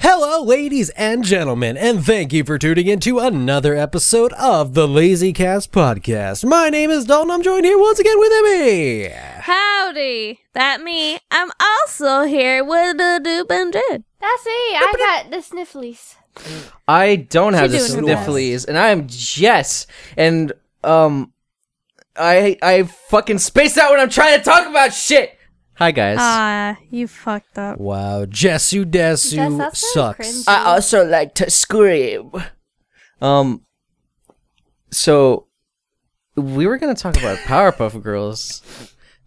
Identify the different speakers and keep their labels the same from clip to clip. Speaker 1: Hello, ladies and gentlemen, and thank you for tuning in to another episode of the Lazy Cast Podcast. My name is Dalton. I'm joined here once again with Emmy.
Speaker 2: Howdy, that me. I'm also here with the dupe and Jed.
Speaker 3: That's it. I got the snifflies.
Speaker 4: I don't have the
Speaker 2: She's doing her best.
Speaker 4: snifflies, and I am Jess, and um, I I fucking space out when I'm trying to talk about shit. Hi guys.
Speaker 2: Ah, you fucked up.
Speaker 1: Wow, Jessu Desu
Speaker 3: That's- that's kinda
Speaker 1: sucks.
Speaker 3: cringy.
Speaker 4: I also like to scream. Um, so we were gonna talk about Powerpuff Girls.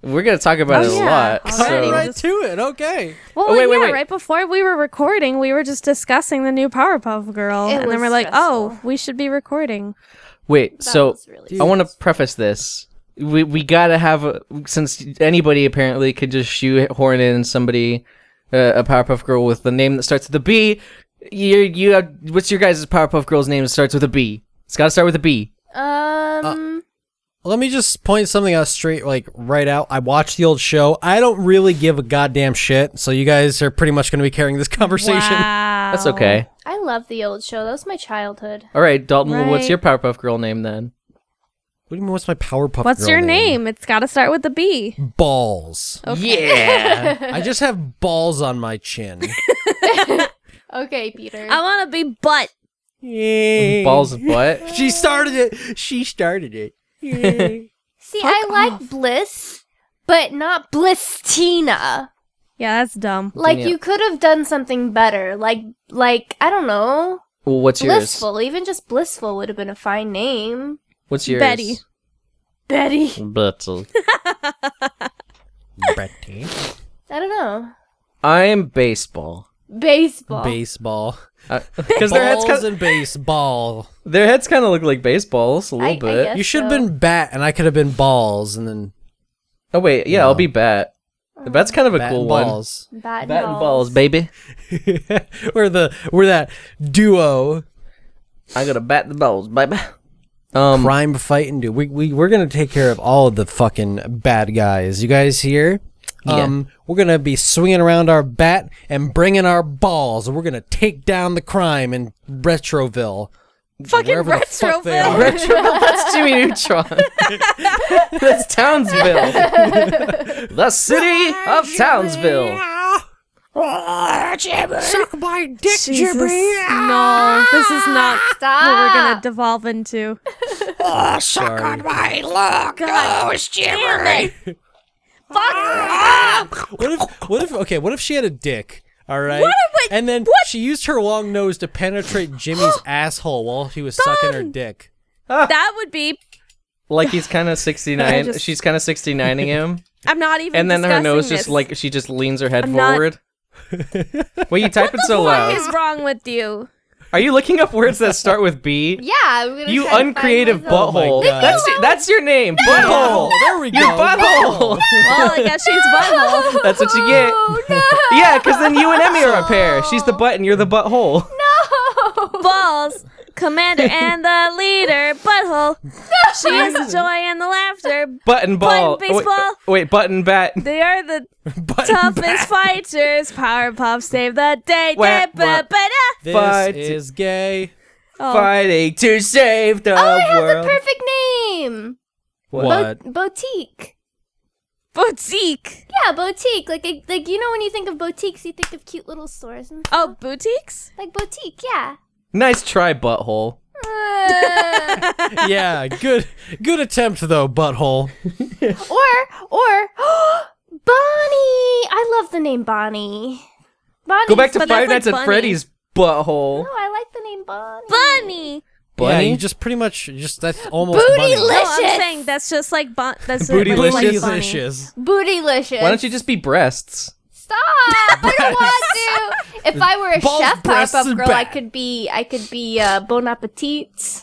Speaker 4: We're gonna talk about
Speaker 2: Oh,
Speaker 4: it a
Speaker 2: yeah,
Speaker 4: lot.
Speaker 2: already.
Speaker 4: So.
Speaker 2: Right.
Speaker 1: to it. Okay.
Speaker 2: Well,
Speaker 4: Oh, wait,
Speaker 2: yeah,
Speaker 4: wait, wait.
Speaker 2: right before we were recording, we were just discussing the new Powerpuff Girl,
Speaker 3: It
Speaker 2: and then
Speaker 3: was
Speaker 2: we're like, oh,
Speaker 3: stressful.
Speaker 2: we should be recording.
Speaker 4: Wait,
Speaker 3: That
Speaker 4: so
Speaker 3: was really
Speaker 4: I want to preface this. We we gotta have a, since anybody apparently could just shoehorn in somebody uh, a Powerpuff Girl with the name that starts with a B. You you have what's your guys' Powerpuff Girl's name that starts with a B? It's gotta start with a B.
Speaker 3: Um,
Speaker 1: Let me just point something out straight, like right out. I watched the old show. I don't really give a goddamn shit, so you guys are pretty much going to be carrying this conversation.
Speaker 2: Wow.
Speaker 3: Oh.
Speaker 4: That's okay.
Speaker 3: I love the old show. That was my childhood.
Speaker 4: All right, Dalton, what's
Speaker 2: Right.
Speaker 4: your Powerpuff Girl name then?
Speaker 1: What do you mean? What's my Powerpuff?
Speaker 2: What's
Speaker 1: Girl
Speaker 2: your name? It's got to start with a B.
Speaker 1: Balls.
Speaker 4: Yeah.
Speaker 1: I just have balls on my chin.
Speaker 3: Okay, Peter.
Speaker 2: I want to be butt.
Speaker 1: Yay.
Speaker 4: Balls of what?
Speaker 1: She started it. She started it.
Speaker 3: See,
Speaker 2: Fuck
Speaker 3: I like
Speaker 2: off.
Speaker 3: Bliss, but not Blisstina.
Speaker 2: Yeah, that's dumb.
Speaker 3: Like
Speaker 4: Yeah.
Speaker 3: you could have done something better. Like, like I don't know,
Speaker 4: Well, what's yours?
Speaker 3: blissful. Even just blissful would have been a fine name.
Speaker 4: What's yours?
Speaker 2: Betty.
Speaker 3: Betty.
Speaker 4: Betty.
Speaker 1: Betty.
Speaker 3: I don't know.
Speaker 4: I am baseball.
Speaker 3: Baseball.
Speaker 1: Baseball.
Speaker 4: Because their heads
Speaker 1: Balls
Speaker 4: kind
Speaker 1: and baseball.
Speaker 4: their heads kind of look like baseballs a
Speaker 3: I-
Speaker 4: little
Speaker 3: I
Speaker 4: bit.
Speaker 3: guess
Speaker 1: You should have
Speaker 3: so.
Speaker 1: been bat, and I could have been balls, and then
Speaker 4: Oh wait, yeah, I'll
Speaker 1: No.
Speaker 4: be bat. The bat's kind of a
Speaker 1: bat
Speaker 4: cool
Speaker 1: and
Speaker 4: one.
Speaker 1: balls.
Speaker 3: Bat,
Speaker 4: Bat and balls, baby.
Speaker 1: we're the we're that duo
Speaker 4: I gotta bat the balls, baby. Um,
Speaker 1: crime fighting dude. We we we're gonna take care of all of the fucking bad guys. You guys here?
Speaker 4: Yeah.
Speaker 1: Um, we're gonna be swinging around our bat and bringing our balls. We're gonna take down the crime in Retroville.
Speaker 2: Fucking
Speaker 1: Wherever the fuck they
Speaker 2: Retroville.
Speaker 1: are.
Speaker 4: Retroville, that's Jimmy Neutron. that's Townsville. the city of Townsville.
Speaker 1: Suck my dick,
Speaker 2: Jesus. No, this is not what we're going to devolve into.
Speaker 1: Sorry.
Speaker 2: God.
Speaker 1: What if? What if? Okay. What if she had a dick? All right. and then she used her long nose to penetrate Jimmy's asshole while he was sucking her dick.
Speaker 2: That would be.
Speaker 4: Like he's kind of
Speaker 2: I
Speaker 4: 69.
Speaker 2: just-
Speaker 4: She's kind of 69ing him,
Speaker 2: I'm not even.
Speaker 4: and then her
Speaker 2: discussing
Speaker 4: nose
Speaker 2: this.
Speaker 4: just like she just leans her head
Speaker 2: I'm not-
Speaker 4: forward. Why you typing so
Speaker 2: What
Speaker 4: loud?
Speaker 2: is wrong with you?
Speaker 4: Are you looking up words that start with B?
Speaker 3: Yeah, I'm gonna
Speaker 4: You
Speaker 3: try to find
Speaker 4: uncreative
Speaker 2: Oh
Speaker 3: myself.
Speaker 4: butthole.
Speaker 1: God.
Speaker 4: that's that's your name, butthole.
Speaker 1: There we go.
Speaker 4: Your butthole.
Speaker 2: Well, I guess she's butthole.
Speaker 4: That's what you get.
Speaker 3: Oh
Speaker 4: Yeah, because then you and Emmy are a pair. She's the butt and you're the butthole.
Speaker 3: no!
Speaker 2: Balls, commander and the leader, butthole. She is the joy and the laughter.
Speaker 4: Button ball. Oh,
Speaker 2: Button
Speaker 4: Wait,
Speaker 2: baseball.
Speaker 4: Wait, button bat.
Speaker 2: They are the
Speaker 1: Button
Speaker 2: toughest fighters. Powerpuff save the day.
Speaker 4: Wah, wah.
Speaker 2: Da-ba-ba-da.
Speaker 1: This
Speaker 4: Fight.
Speaker 1: is gay.
Speaker 2: Oh,
Speaker 4: Fighting to save the
Speaker 3: Oh, I have
Speaker 4: world.
Speaker 3: the perfect Oh. name.
Speaker 1: What?
Speaker 3: Bo- boutique.
Speaker 2: Boutique.
Speaker 3: Yeah, boutique. Like a, like you know when you think of boutiques, you think of cute little stores and
Speaker 2: Oh, boutiques?
Speaker 3: like boutique. Yeah.
Speaker 4: Nice try, butthole.
Speaker 3: Uh,
Speaker 1: yeah. Good. Good attempt though, butthole.
Speaker 3: or or Bonnie. I love the name Bonnie. Bonnie.
Speaker 4: Go back to
Speaker 2: but
Speaker 4: Five
Speaker 2: that's like
Speaker 4: Nights at
Speaker 2: bunny.
Speaker 4: Freddy's
Speaker 3: No,
Speaker 4: butthole.
Speaker 3: I like the name Bonnie.
Speaker 2: Bunny.
Speaker 1: Yeah, you
Speaker 4: Bunny.
Speaker 1: just pretty much just that's almost
Speaker 3: Booty
Speaker 1: bunny.
Speaker 3: li-
Speaker 2: No, I'm
Speaker 3: Delicious.
Speaker 2: saying that's just like bun- that's
Speaker 4: Bootylicious.
Speaker 2: Like bunny.
Speaker 1: Bootylicious.
Speaker 3: Bootylicious.
Speaker 4: Why don't you just be breasts?
Speaker 3: stop? I don't want to. If I were a
Speaker 1: Balls,
Speaker 3: chef
Speaker 1: breasts,
Speaker 3: pop up
Speaker 1: and
Speaker 3: girl, I
Speaker 1: back.
Speaker 3: could be. I could be uh, Bon Appetit.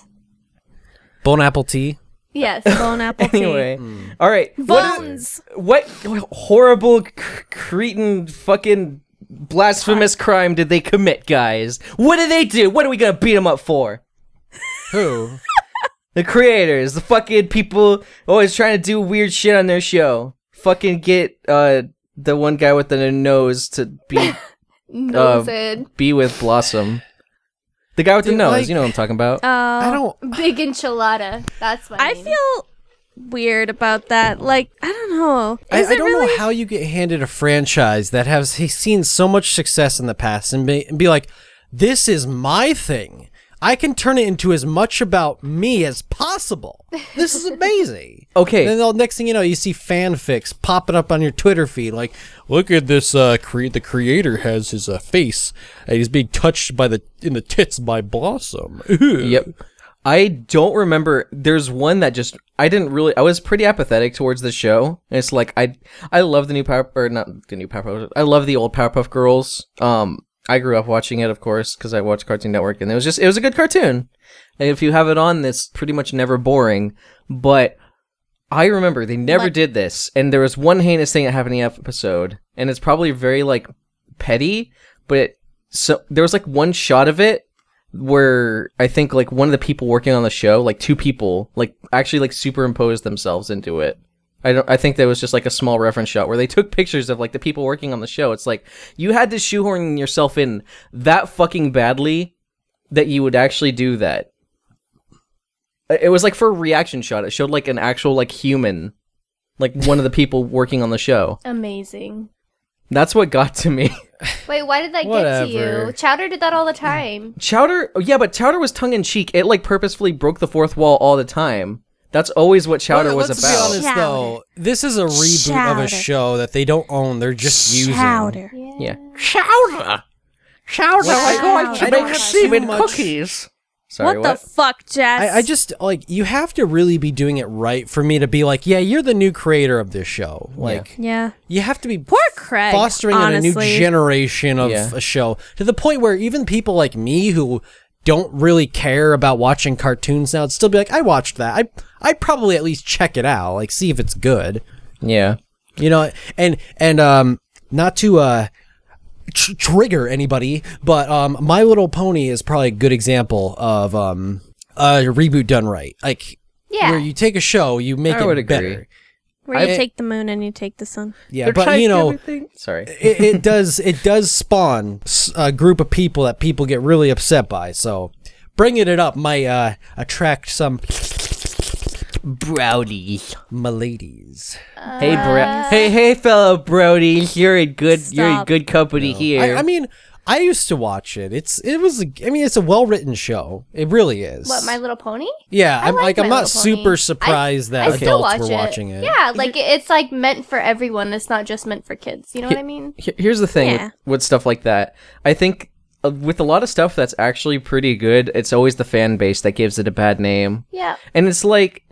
Speaker 1: Bone apple tea.
Speaker 3: Yes.
Speaker 2: Bone apple tea.
Speaker 4: Anyway, all right. What,
Speaker 2: Bones.
Speaker 4: what horrible, cr- cretin, fucking blasphemous crime did they commit, guys? What did they do? What are we gonna beat them up for?
Speaker 1: Who?
Speaker 4: The creators, the fucking people always trying to do weird shit on their show. Fucking get uh the one guy with the nose to be
Speaker 3: No
Speaker 4: Uh,
Speaker 3: one said
Speaker 4: Be with Blossom. The guy with the
Speaker 1: Dude,
Speaker 4: nose,
Speaker 1: like-
Speaker 4: you know what I'm talking about.
Speaker 1: I don't.
Speaker 3: big enchilada. That's what
Speaker 2: I
Speaker 3: mean.
Speaker 2: feel weird about that. Like, I don't know.
Speaker 1: I,
Speaker 2: Is
Speaker 1: I
Speaker 2: it
Speaker 1: don't
Speaker 2: really?
Speaker 1: know how you get handed a franchise that has he- seen so much success in the past and be, and be like, this is my thing. I can turn it into as much about me as possible. This is amazing.
Speaker 4: Okay.
Speaker 1: Then the next thing you know, you see fanfics popping up on your Twitter feed. Like, look at this. Uh, cre- the creator has his uh, face, and he's being touched by the in the tits by Blossom. Ew.
Speaker 4: Yep. I don't remember. There's one that just I didn't really. I was pretty apathetic towards the show. And it's like I I love the new Power or not the new Powerpuff. I love the old Powerpuff Girls. Um, I grew up watching it, of course, because I watched Cartoon Network, and it was just it was a good cartoon. And if you have it on, it's pretty much never boring. But I remember they never did this, and there was one heinous thing that happened in the episode, and it's probably very like petty, but it, so there was like one shot of it where I think like one of the people working on the show, like two people, like actually like superimposed themselves into it. I don't. I think there was just like a small reference shot where they took pictures of like the people working on the show. It's like you had to shoehorn yourself in that fucking badly that you would actually do that. It was like for a reaction shot. It showed like an actual like human, like one of the people working on the show.
Speaker 3: amazing.
Speaker 4: That's what got to me.
Speaker 3: Wait, why did that get to
Speaker 1: Whatever.
Speaker 3: you? Chowder did that all the time.
Speaker 4: Chowder, oh, yeah, but Chowder was tongue in cheek. It like purposefully broke the fourth wall all the time. That's always what Chowder
Speaker 1: Well,
Speaker 4: was
Speaker 1: let's
Speaker 4: about.
Speaker 1: be honest though, this is a reboot of a
Speaker 2: Chowder.
Speaker 1: show that they don't own. They're just using.
Speaker 2: Powder.
Speaker 4: Yeah, Chowder, Chowder,
Speaker 2: I going to
Speaker 1: I don't make have semen too much-
Speaker 4: cookies. Sorry,
Speaker 2: what,
Speaker 4: what?
Speaker 2: the fuck, Jess?
Speaker 1: I, I just like you have to really be doing it right for me to be like, yeah, you're the new creator of this show. Like
Speaker 2: yeah.
Speaker 1: you have to be
Speaker 2: Poor Craig.
Speaker 1: fostering in a new
Speaker 2: honestly.
Speaker 1: generation of
Speaker 4: Yeah.
Speaker 1: a show to the point where even people like me who don't really care about watching cartoons now, would still be like, I watched that. I I'd probably at least check it out, like see if it's good.
Speaker 4: yeah,
Speaker 1: You know, and and um, not to uh, tr- trigger anybody, but um, My Little Pony is probably a good example of um, a reboot done right. Like
Speaker 3: Yeah.
Speaker 1: where you take a show, you make
Speaker 4: I
Speaker 1: it
Speaker 4: would agree.
Speaker 1: better.
Speaker 2: Where you
Speaker 1: I-
Speaker 2: take the moon and you take the sun.
Speaker 1: Yeah, but you know,
Speaker 4: sorry.
Speaker 1: it, it does it does spawn s- a group of people that people get really upset by. So bringing it up might uh, attract some
Speaker 4: Brody.
Speaker 1: maladies.
Speaker 4: Hey, bro. Hey, hey, fellow Brody. You're in good. You're in
Speaker 2: Stop.
Speaker 4: good company
Speaker 1: I,
Speaker 4: here.
Speaker 1: I mean, I used to watch it. It's it was a- I mean, it's a well written show. It really is.
Speaker 3: What, My Little Pony?
Speaker 1: Yeah, I'm
Speaker 3: like
Speaker 1: like, I'm
Speaker 3: My
Speaker 1: not
Speaker 3: Little Pony. I-
Speaker 1: super surprised that
Speaker 3: I still
Speaker 1: adults
Speaker 3: watch
Speaker 1: were
Speaker 3: it.
Speaker 1: watching it.
Speaker 3: Yeah, like it- it's like meant for everyone. It's not just meant for kids. You know what I mean?
Speaker 4: Here- Here's the thing
Speaker 2: Yeah.
Speaker 4: with, with stuff like that. I think uh, with a lot of stuff that's actually pretty good, it's always the fan base that gives it a bad name.
Speaker 3: Yeah.
Speaker 4: And it's like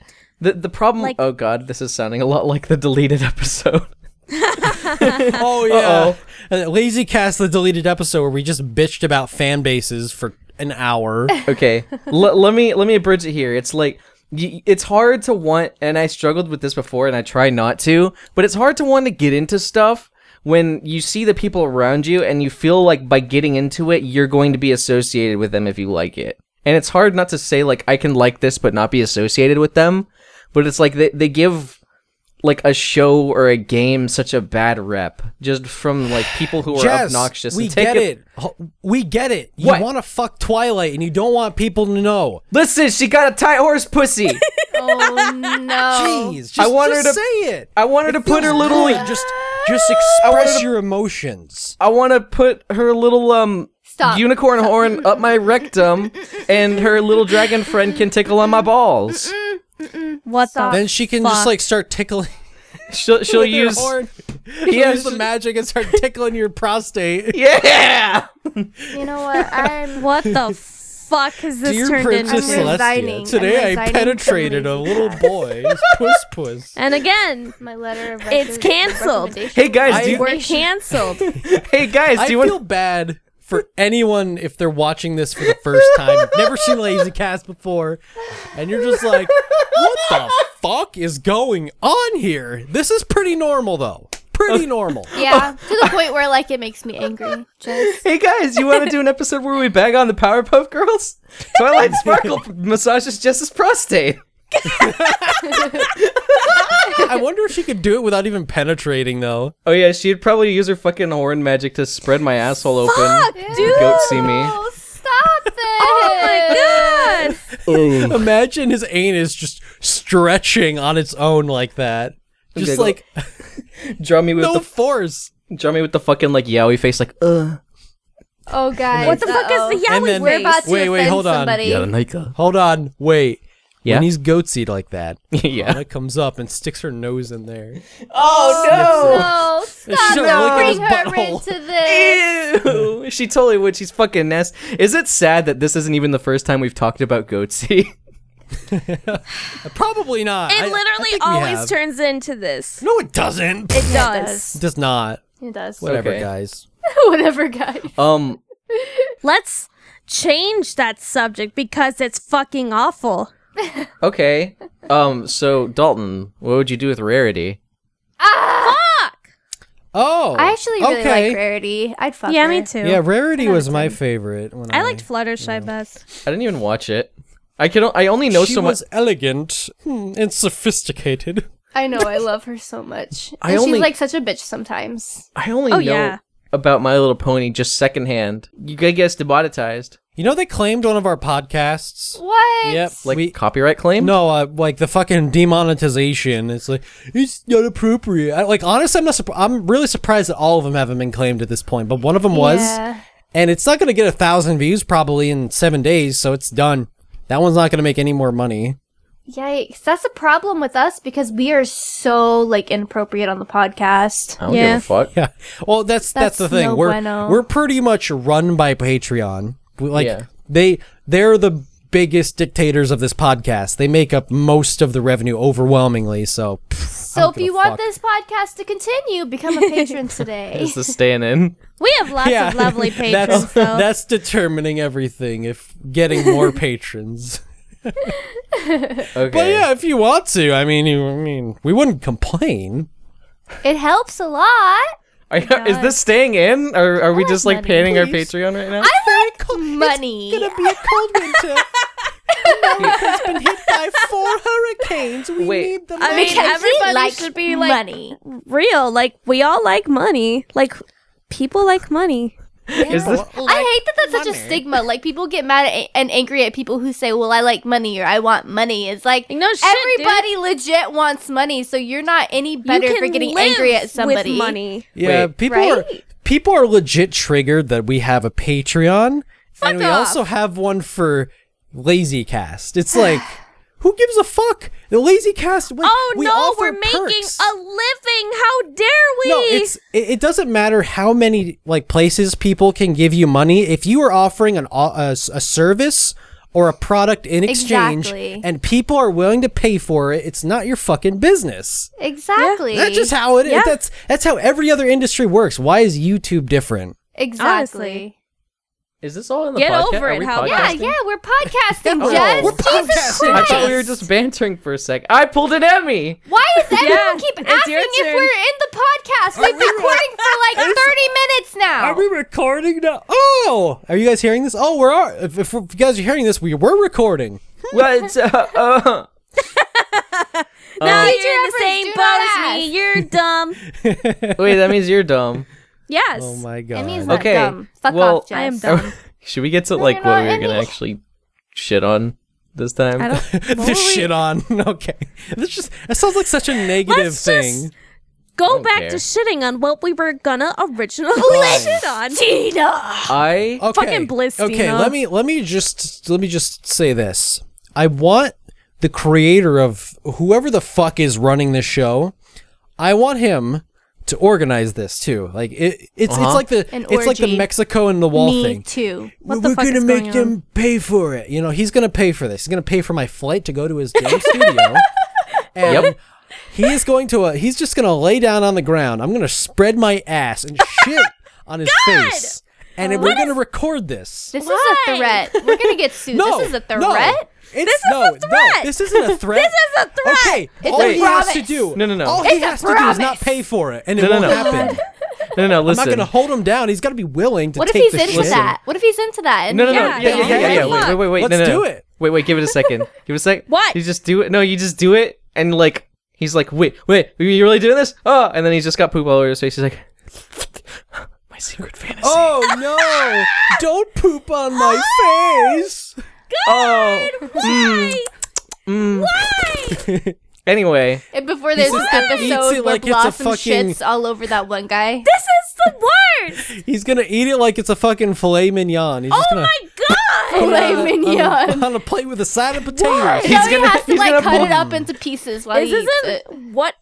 Speaker 4: the the problem.
Speaker 2: Like-
Speaker 4: oh god, this is sounding a lot like the deleted episode.
Speaker 1: Oh yeah. Uh, Lazy Cast the deleted episode where we just bitched about fan bases for an hour.
Speaker 4: okay, L- let me let me abridge it here. It's like. y- It's hard to want, and I struggled with this before, and I try not to. But it's hard to want to get into stuff when you see the people around you, and you feel like by getting into it, you're going to be associated with them if you like it. And it's hard not to say like I can like this, but not be associated with them. But it's like they they give like a show or a game such a bad rep just from like people who are
Speaker 1: Jess,
Speaker 4: obnoxious.
Speaker 1: we
Speaker 4: and take
Speaker 1: get it. Ho- We get it. You
Speaker 4: What?
Speaker 1: want to fuck Twilight and you don't want people to know.
Speaker 4: Listen, she got a tight horse pussy.
Speaker 3: Oh no.
Speaker 1: Jeez, just,
Speaker 4: I want
Speaker 1: just
Speaker 4: her to-
Speaker 1: say it.
Speaker 4: I want her to put her little.
Speaker 1: Literally, just just
Speaker 4: wanted
Speaker 1: express
Speaker 4: to-
Speaker 1: your emotions.
Speaker 4: I want to put her little um
Speaker 3: Stop.
Speaker 4: unicorn horn up my rectum, and her little dragon friend can tickle on my balls.
Speaker 2: What the?
Speaker 1: Then she can just
Speaker 2: fuck?
Speaker 1: like start tickling.
Speaker 4: She'll she'll
Speaker 1: with her
Speaker 4: use
Speaker 1: horn.
Speaker 4: yeah
Speaker 1: use the magic and start tickling your prostate.
Speaker 4: yeah.
Speaker 3: You know what? I'm
Speaker 2: What the fuck has this
Speaker 1: Dear
Speaker 2: turned
Speaker 1: Princess
Speaker 2: into?
Speaker 1: Celestia,
Speaker 3: resigning. I'm
Speaker 1: today I
Speaker 3: resigning
Speaker 1: penetrated a
Speaker 3: from
Speaker 1: little boy. It's puss puss.
Speaker 2: And again,
Speaker 3: my letter of
Speaker 2: It's
Speaker 3: recommend-
Speaker 2: canceled.
Speaker 3: recommendation.
Speaker 4: Hey guys,
Speaker 1: I-
Speaker 4: do you,
Speaker 2: we're canceled.
Speaker 4: hey guys,
Speaker 1: I
Speaker 4: do you
Speaker 1: feel
Speaker 4: want?
Speaker 1: bad for anyone if they're watching this for the first time. You've never seen Lazy Cast before, and you're just like, what the fuck is going on here? This is pretty normal though. Pretty normal.
Speaker 3: Yeah, to the point where like it makes me angry. Just
Speaker 4: Hey guys, you want to do an episode where we bag on the Powerpuff Girls? Twilight Sparkle massages Jess's prostate.
Speaker 1: I wonder if she could do it without even penetrating, though.
Speaker 4: Oh yeah, she'd probably use her fucking horn magic to spread my asshole open.
Speaker 3: dude.
Speaker 4: Goat see me.
Speaker 3: Oh, stop it!
Speaker 2: Oh my god!
Speaker 1: Imagine his anus just stretching on its own like that. Just
Speaker 4: Giggle.
Speaker 1: like
Speaker 4: Draw me with
Speaker 1: no
Speaker 4: the
Speaker 1: force.
Speaker 4: draw me with the fucking like yaoi face, like uh.
Speaker 3: Oh, guys.
Speaker 2: What the fuck is
Speaker 3: uh-oh.
Speaker 2: the
Speaker 1: And
Speaker 2: yaoi
Speaker 1: then-
Speaker 2: face?
Speaker 3: We're about to
Speaker 1: Wait, wait,
Speaker 3: offend
Speaker 1: hold on.
Speaker 3: somebody.
Speaker 4: Nika.
Speaker 1: Hold on, wait.
Speaker 4: Yeah?
Speaker 1: When he's goatsied like that,
Speaker 4: yeah.
Speaker 1: Anna comes up and sticks her nose in there.
Speaker 4: Oh
Speaker 3: No, stop!
Speaker 1: should've
Speaker 3: Don't
Speaker 1: licked his
Speaker 3: bring her
Speaker 1: Oh, butthole.
Speaker 3: into this.
Speaker 4: Ew. She totally would. She's fucking nasty. Is it sad that this isn't even the first time we've talked about Goatsy?
Speaker 1: Uh, Probably not.
Speaker 2: It
Speaker 1: I- I
Speaker 2: literally
Speaker 1: think we
Speaker 2: always
Speaker 1: have.
Speaker 2: turns into this.
Speaker 1: No, it doesn't.
Speaker 2: It
Speaker 3: Yeah, it
Speaker 2: does.
Speaker 1: Does not.
Speaker 3: It does.
Speaker 1: Whatever,
Speaker 4: Okay.
Speaker 1: guys.
Speaker 3: Whatever, guys.
Speaker 4: um.
Speaker 2: Let's change that subject because it's fucking awful.
Speaker 4: Okay. Um. So Dalton, what would you do with Rarity?
Speaker 3: Ah!
Speaker 2: Fuck!
Speaker 1: Oh,
Speaker 3: I actually really
Speaker 1: okay.
Speaker 3: like Rarity. I'd fuck
Speaker 2: Yeah,
Speaker 3: her.
Speaker 2: me too.
Speaker 1: Yeah, Rarity was my favorite. When I,
Speaker 2: I liked Fluttershy best.
Speaker 4: I didn't even watch it. I can. o- I only know
Speaker 1: she
Speaker 4: so much.
Speaker 1: was elegant hmm, and sophisticated.
Speaker 3: I know. I love her so much.
Speaker 4: I
Speaker 3: and
Speaker 4: only-
Speaker 3: she's like such a bitch sometimes.
Speaker 4: I only
Speaker 2: Oh,
Speaker 4: know
Speaker 2: yeah.
Speaker 4: about My Little Pony just secondhand. You guys get debaudatized.
Speaker 1: You know, they claimed one of our podcasts.
Speaker 3: What?
Speaker 1: Yep,
Speaker 4: Like
Speaker 1: we-
Speaker 4: copyright claim?
Speaker 1: No, uh, like the fucking demonetization. It's like it's not appropriate. I, like honestly, I'm not. Surp- I'm really surprised that all of them haven't been claimed at this point. But one of them was,
Speaker 3: Yeah.
Speaker 1: and it's not going to get a thousand views probably in seven days. So it's done. That one's not going to make any more money.
Speaker 3: Yikes! That's a problem with us because we are so like inappropriate on the podcast.
Speaker 4: I don't
Speaker 2: Yeah.
Speaker 4: give a fuck.
Speaker 1: Yeah. Well, that's that's,
Speaker 3: That's
Speaker 1: the thing.
Speaker 3: no
Speaker 1: we're
Speaker 3: bueno.
Speaker 1: we're pretty much run by Patreon. We- Like
Speaker 4: Yeah.
Speaker 1: they they're the biggest dictators of this podcast. They make up most of the revenue overwhelmingly. So pff, I
Speaker 3: So
Speaker 1: don't
Speaker 3: if
Speaker 1: give a
Speaker 3: you want
Speaker 1: fuck.
Speaker 3: this podcast to continue, become a patron today.
Speaker 4: This is staying in.
Speaker 2: We have lots
Speaker 1: yeah,
Speaker 2: of lovely
Speaker 1: that's
Speaker 2: patrons, though.
Speaker 1: that's determining everything. If getting more patrons.
Speaker 4: Okay.
Speaker 1: But yeah, if you want to, I mean, you, I mean, we wouldn't complain.
Speaker 3: it helps a lot. I
Speaker 4: Are you- is this staying in? Or are we just like
Speaker 3: money,
Speaker 4: panning our
Speaker 3: please.
Speaker 4: Patreon right now?
Speaker 3: like money.
Speaker 1: It's gonna be a cold winter. America's been hit by four hurricanes. We
Speaker 4: Wait.
Speaker 1: need the
Speaker 2: I
Speaker 1: money.
Speaker 2: mean, everybody should be like
Speaker 3: money.
Speaker 2: real. Like we all like money. Like people like money.
Speaker 4: Is this
Speaker 3: I hate that that's such a stigma. Like people get mad at, and angry at people who say, "Well, I like money" or "I want money." It's like
Speaker 2: Like, no shit, dude.
Speaker 3: everybody legit wants money, so you're not any better
Speaker 2: you
Speaker 3: for
Speaker 2: can
Speaker 3: getting
Speaker 2: live
Speaker 3: angry at somebody.
Speaker 2: with money.
Speaker 1: Yeah,
Speaker 4: Wait.
Speaker 1: people are
Speaker 3: Right?
Speaker 1: people are legit triggered that we have a Patreon and we
Speaker 2: off.
Speaker 1: also have one for Lazy Cast. It's like who gives a fuck? The Lazy Cast. Like,
Speaker 2: Oh
Speaker 1: we
Speaker 2: no,
Speaker 1: offer
Speaker 2: we're making
Speaker 1: perks.
Speaker 2: a living. How dare we?
Speaker 1: No, it's it, it doesn't matter how many like places people can give you money if you are offering an au- a, s- a service or a product in exchange
Speaker 3: Exactly.
Speaker 1: and people are willing to pay for it. It's not your fucking business.
Speaker 3: Exactly.
Speaker 1: That's just how it is.
Speaker 2: Yeah.
Speaker 1: That's that's how every other industry works. Why is YouTube different?
Speaker 3: exactly.
Speaker 4: is this all in the
Speaker 2: Get
Speaker 4: podcast?
Speaker 2: over
Speaker 4: Are
Speaker 2: it,
Speaker 4: we
Speaker 2: how-
Speaker 3: Yeah,
Speaker 4: podcasting?
Speaker 3: yeah, we're podcasting,
Speaker 4: Oh,
Speaker 3: Jess.
Speaker 1: we're
Speaker 3: Jesus
Speaker 1: podcasting.
Speaker 4: I
Speaker 3: Christ.
Speaker 4: thought we were just bantering for a sec. I pulled an Emmy.
Speaker 3: Why does everyone keep
Speaker 2: it's
Speaker 3: asking
Speaker 2: your
Speaker 3: if
Speaker 2: turn.
Speaker 3: we're in the podcast? We've
Speaker 1: we-
Speaker 3: been recording for like 30 minutes now.
Speaker 1: Are we recording now? Oh, are you guys hearing this? Oh, we're are. If, if you guys are hearing this, we were recording.
Speaker 4: Well, it's, uh, uh,
Speaker 1: uh,
Speaker 2: now
Speaker 3: Teacher
Speaker 2: you're in the
Speaker 3: efforts,
Speaker 2: same
Speaker 3: do
Speaker 2: boat as
Speaker 3: not
Speaker 2: me.
Speaker 3: ask.
Speaker 2: You're dumb.
Speaker 4: wait, that means you're dumb.
Speaker 2: yes.
Speaker 1: Oh my god.
Speaker 3: Emmy's not
Speaker 4: Okay.
Speaker 3: dumb. Fuck
Speaker 4: well,
Speaker 3: off, Jess.
Speaker 2: I am dumb.
Speaker 4: Should we get to like
Speaker 3: you're
Speaker 4: what
Speaker 3: not
Speaker 4: we were gonna
Speaker 3: Emmy.
Speaker 4: actually shit on this time?
Speaker 2: I don't.
Speaker 1: this shit on. okay. This just that sounds like such a negative
Speaker 2: Let's just-
Speaker 1: thing.
Speaker 2: Go
Speaker 4: don't
Speaker 2: back
Speaker 4: care.
Speaker 2: to shitting on what we were gonna originally shit on.
Speaker 3: Mm.
Speaker 2: Tina.
Speaker 4: I
Speaker 1: okay.
Speaker 2: Fucking bliss,
Speaker 1: Okay,
Speaker 2: Dina.
Speaker 1: let me let me just let me just say this. I want the creator of whoever the fuck is running this show. I want him to organize this too. Like it, it's it's like the
Speaker 3: An
Speaker 1: it's like the
Speaker 3: orgy.
Speaker 1: Mexico and the wall
Speaker 3: Me
Speaker 1: thing.
Speaker 3: too.
Speaker 2: What the fuck is going on?
Speaker 1: pay for it. You know, he's gonna pay for this. He's gonna pay for my flight to go to his damn studio. And
Speaker 4: Yep.
Speaker 1: he is going to. Uh, he's just gonna lay down on the ground. I'm gonna spread my ass and shit on his face. And we're gonna record this.
Speaker 3: This
Speaker 2: Why?
Speaker 3: is a threat. We're gonna get sued.
Speaker 1: No,
Speaker 3: this is a threat.
Speaker 1: No, It's- no,
Speaker 2: a threat.
Speaker 1: No, this isn't a threat. this
Speaker 2: is a threat.
Speaker 1: Okay,
Speaker 3: It's
Speaker 1: all
Speaker 3: a
Speaker 1: he has to
Speaker 3: promise.
Speaker 1: do.
Speaker 4: No, no, no.
Speaker 1: All he
Speaker 3: It's a
Speaker 1: has to do is not
Speaker 3: promise.
Speaker 1: pay for it, and it
Speaker 4: No, no,
Speaker 1: won't
Speaker 4: no.
Speaker 1: happen.
Speaker 4: no, no.
Speaker 1: I'm not
Speaker 4: Listen.
Speaker 1: gonna hold him down. He's got to be willing to
Speaker 3: What if
Speaker 1: take
Speaker 3: he's
Speaker 1: this
Speaker 3: into
Speaker 1: shit.
Speaker 3: that? What if he's into that? And
Speaker 4: No, no, no.
Speaker 2: Yeah,
Speaker 4: Yeah, yeah,
Speaker 2: yeah,
Speaker 4: yeah. yeah,
Speaker 1: yeah,
Speaker 4: Wait, wait, wait, wait.
Speaker 1: Let's
Speaker 4: no, no,
Speaker 1: do
Speaker 4: no.
Speaker 1: it.
Speaker 4: Wait, wait. Give it a second. Give it a sec.
Speaker 2: What?
Speaker 4: You just do it. No, you just do it, and like He's like, wait, wait, are you really doing this? Oh, and then he's just got poop all over his face. He's like, my secret fantasy.
Speaker 1: Oh no! Don't poop on my face.
Speaker 4: Oh, mm, mm. Anyway,
Speaker 3: And before there's this episode
Speaker 1: eats it
Speaker 3: where
Speaker 1: like it's a
Speaker 3: Blossom
Speaker 1: fucking-
Speaker 3: shits all over that one guy.
Speaker 2: This is the worst.
Speaker 1: He's gonna eat it like it's a fucking filet mignon. He's
Speaker 2: Oh
Speaker 1: just gonna
Speaker 2: my god.
Speaker 3: Filet mignon.
Speaker 1: on, a, on a plate with a side of potatoes.
Speaker 3: no, he
Speaker 4: gonna-
Speaker 3: has to
Speaker 4: he's
Speaker 3: like
Speaker 4: gonna
Speaker 3: cut
Speaker 4: pull-
Speaker 3: it up into pieces while
Speaker 2: This
Speaker 3: he eats it.
Speaker 2: isn't what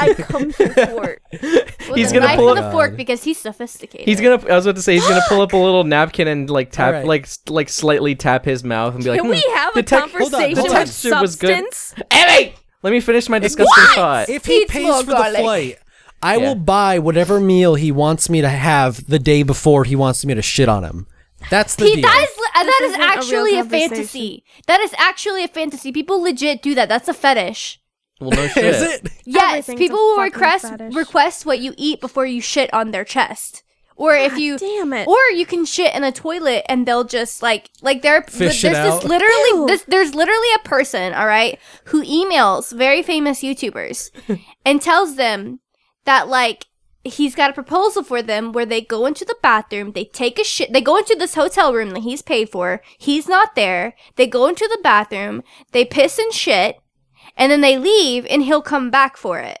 Speaker 2: I come here for.
Speaker 3: With
Speaker 4: He's
Speaker 3: a
Speaker 4: gonna
Speaker 3: knife
Speaker 4: pull
Speaker 3: and
Speaker 1: up-
Speaker 3: a fork because he's sophisticated.
Speaker 4: he's gonna. I was about to say he's gonna pull up a little napkin and like tap,
Speaker 1: Alright.
Speaker 4: like s- like slightly tap his mouth and be like,
Speaker 2: Can we
Speaker 4: "Hmm,
Speaker 2: have
Speaker 4: the
Speaker 2: a
Speaker 4: tec-
Speaker 1: on, the
Speaker 2: conversation with
Speaker 4: texture was good."
Speaker 2: substance?
Speaker 4: Emmy, let me finish my disgusting thought.
Speaker 1: If he
Speaker 3: Eats
Speaker 1: pays
Speaker 3: more
Speaker 1: for the
Speaker 3: garlic.
Speaker 1: flight, I
Speaker 4: Yeah.
Speaker 1: will buy whatever meal he wants me to have the day before he wants me to shit on him. That's the
Speaker 3: He,
Speaker 1: deal.
Speaker 3: that is li- uh, that is
Speaker 2: isn't a real
Speaker 3: actually a,
Speaker 2: conversation.
Speaker 3: fantasy. That is actually a fantasy. People legit do that. That's a fetish.
Speaker 4: well, no shit.
Speaker 1: is it?
Speaker 2: Everything's
Speaker 3: Yes,
Speaker 2: a
Speaker 3: people will
Speaker 2: fucking
Speaker 3: request
Speaker 2: fetish.
Speaker 3: request what you eat before you shit on their chest. Or if you
Speaker 2: damn it.
Speaker 3: or you can shit in a toilet and they'll just like like there
Speaker 1: Fish
Speaker 3: there's
Speaker 1: it out.
Speaker 3: this literally this there's literally a person, all right, who emails very famous YouTubers and tells them that like he's got a proposal for them where they go into the bathroom, they take a shit, they go into this hotel room that he's paid for. He's not there. They go into the bathroom, they piss and shit, and then they leave and he'll come back for it.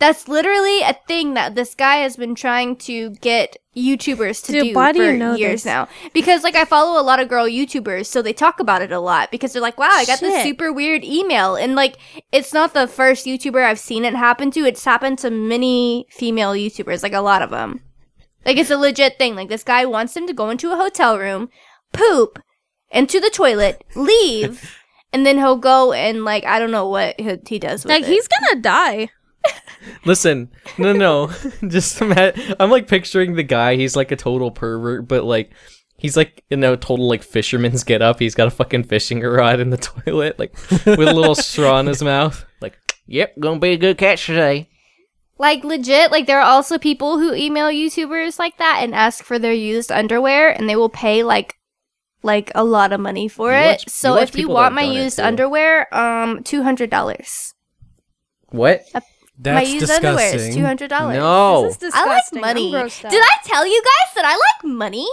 Speaker 3: That's literally a thing that this guy has been trying to get YouTubers to
Speaker 2: Dude,
Speaker 3: do
Speaker 2: why do
Speaker 3: for
Speaker 2: you know
Speaker 3: years
Speaker 2: this?
Speaker 3: now. Because like I follow a lot of girl YouTubers, so they talk about it a lot because they're like, "Wow, I got this
Speaker 2: Shit.
Speaker 3: super weird email." And like it's not the first YouTuber I've seen it happen to. It's happened to many female YouTubers, like a lot of them. Like it's a legit thing. Like this guy wants him to go into a hotel room, poop into the toilet, leave, and then he'll go and like I don't know what he, he does with
Speaker 2: Like
Speaker 3: it.
Speaker 2: he's gonna die.
Speaker 4: Listen, no, no, just ima- I'm like picturing the guy. He's like a total pervert, but like he's like you know total like fisherman's get up. He's got a fucking fishing rod in the toilet, like with a little straw in his mouth. Like, yep, gonna be a good catch today.
Speaker 3: Like legit, like there are also people who email YouTubers like that and ask for their used underwear and they will pay like like a lot of money for
Speaker 4: You
Speaker 3: it.
Speaker 4: watch-
Speaker 3: so
Speaker 4: you watch
Speaker 3: if you
Speaker 4: people
Speaker 3: want
Speaker 4: that
Speaker 3: my
Speaker 4: have done it,
Speaker 3: used
Speaker 4: too.
Speaker 3: underwear, um two hundred dollars.
Speaker 4: What?
Speaker 3: My
Speaker 1: That's
Speaker 3: used underwear is two
Speaker 1: disgusting.
Speaker 3: hundred dollars.
Speaker 4: No.
Speaker 3: I like money. Did I tell you guys that I like money?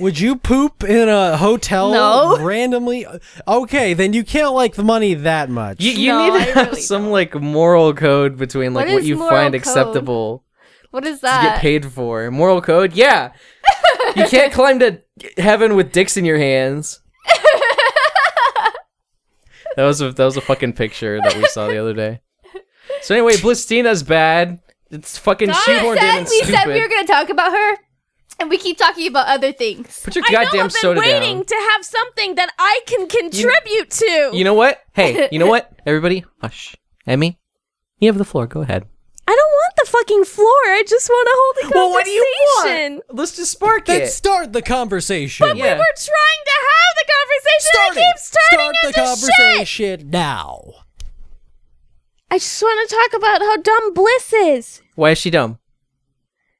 Speaker 1: Would you poop in a hotel
Speaker 3: No.
Speaker 1: randomly? Okay, then you can't like the money that much.
Speaker 4: You, you
Speaker 3: No,
Speaker 4: need to
Speaker 3: I
Speaker 4: have
Speaker 3: really
Speaker 4: some like moral code between like
Speaker 3: What
Speaker 4: what,
Speaker 3: is
Speaker 4: you
Speaker 3: moral
Speaker 4: find
Speaker 3: code?
Speaker 4: acceptable
Speaker 3: What is
Speaker 4: to get
Speaker 3: that?
Speaker 4: paid for. Moral code, yeah. you can't climb to heaven with dicks in your hands. that was a that was a fucking picture that we saw the other day. So anyway, Blistina's bad. It's fucking shoehorned in
Speaker 3: said,
Speaker 4: and
Speaker 3: we
Speaker 4: stupid.
Speaker 3: said we were gonna talk about her, and we keep talking about other things.
Speaker 4: Put your
Speaker 2: I know
Speaker 4: goddamn
Speaker 2: I've been
Speaker 4: soda
Speaker 2: waiting
Speaker 4: down.
Speaker 2: to have something that I can contribute to.
Speaker 4: You know what? Hey, you know what? Everybody, hush. Emmy, you have the floor. Go ahead.
Speaker 2: I don't want the fucking floor. I just want to hold a conversation.
Speaker 4: Let's just spark
Speaker 1: then
Speaker 4: it.
Speaker 1: start the conversation.
Speaker 4: Yeah.
Speaker 2: We're trying to have the conversation.
Speaker 1: Start
Speaker 2: and it
Speaker 1: it.
Speaker 2: keeps turning
Speaker 1: Start the
Speaker 2: into shit.
Speaker 1: conversation now.
Speaker 2: I just want to talk about how dumb Bliss is.
Speaker 4: Why is she dumb?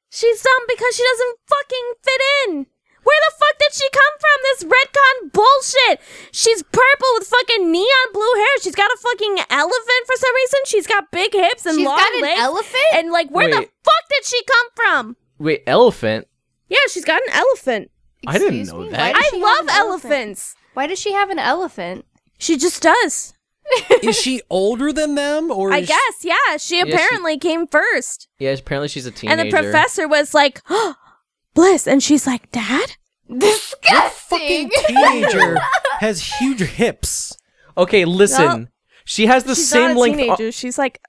Speaker 2: She's dumb because she doesn't fucking fit in. Where the fuck did she come from? This redcon bullshit. She's purple with fucking neon blue hair. She's got a fucking elephant for some reason. She's got big hips and
Speaker 3: She's
Speaker 2: long
Speaker 3: got an
Speaker 2: legs.
Speaker 3: elephant?
Speaker 2: And like, where the
Speaker 4: Wait.
Speaker 2: fuck did she come from?
Speaker 4: Wait, elephant?
Speaker 2: Yeah, she's got an elephant.
Speaker 4: I didn't
Speaker 3: Excuse
Speaker 4: know
Speaker 3: me? Why
Speaker 4: that.
Speaker 3: does
Speaker 2: I
Speaker 3: she have
Speaker 2: love
Speaker 3: an elephant?
Speaker 2: elephants.
Speaker 3: Why does she have an elephant?
Speaker 2: She just does.
Speaker 1: Is she older than them, or
Speaker 2: I
Speaker 1: is
Speaker 2: guess. Yeah, she
Speaker 4: she-
Speaker 2: apparently came first.
Speaker 4: Yeah, apparently she's a teenager.
Speaker 2: And the professor was like, oh, Bliss. And she's like, Dad?
Speaker 3: Disgusting.
Speaker 1: fucking teenager has huge hips?
Speaker 4: Okay, listen. She has the
Speaker 2: she's
Speaker 4: same
Speaker 2: not a
Speaker 4: length. uh, ar-
Speaker 2: teenager. she's like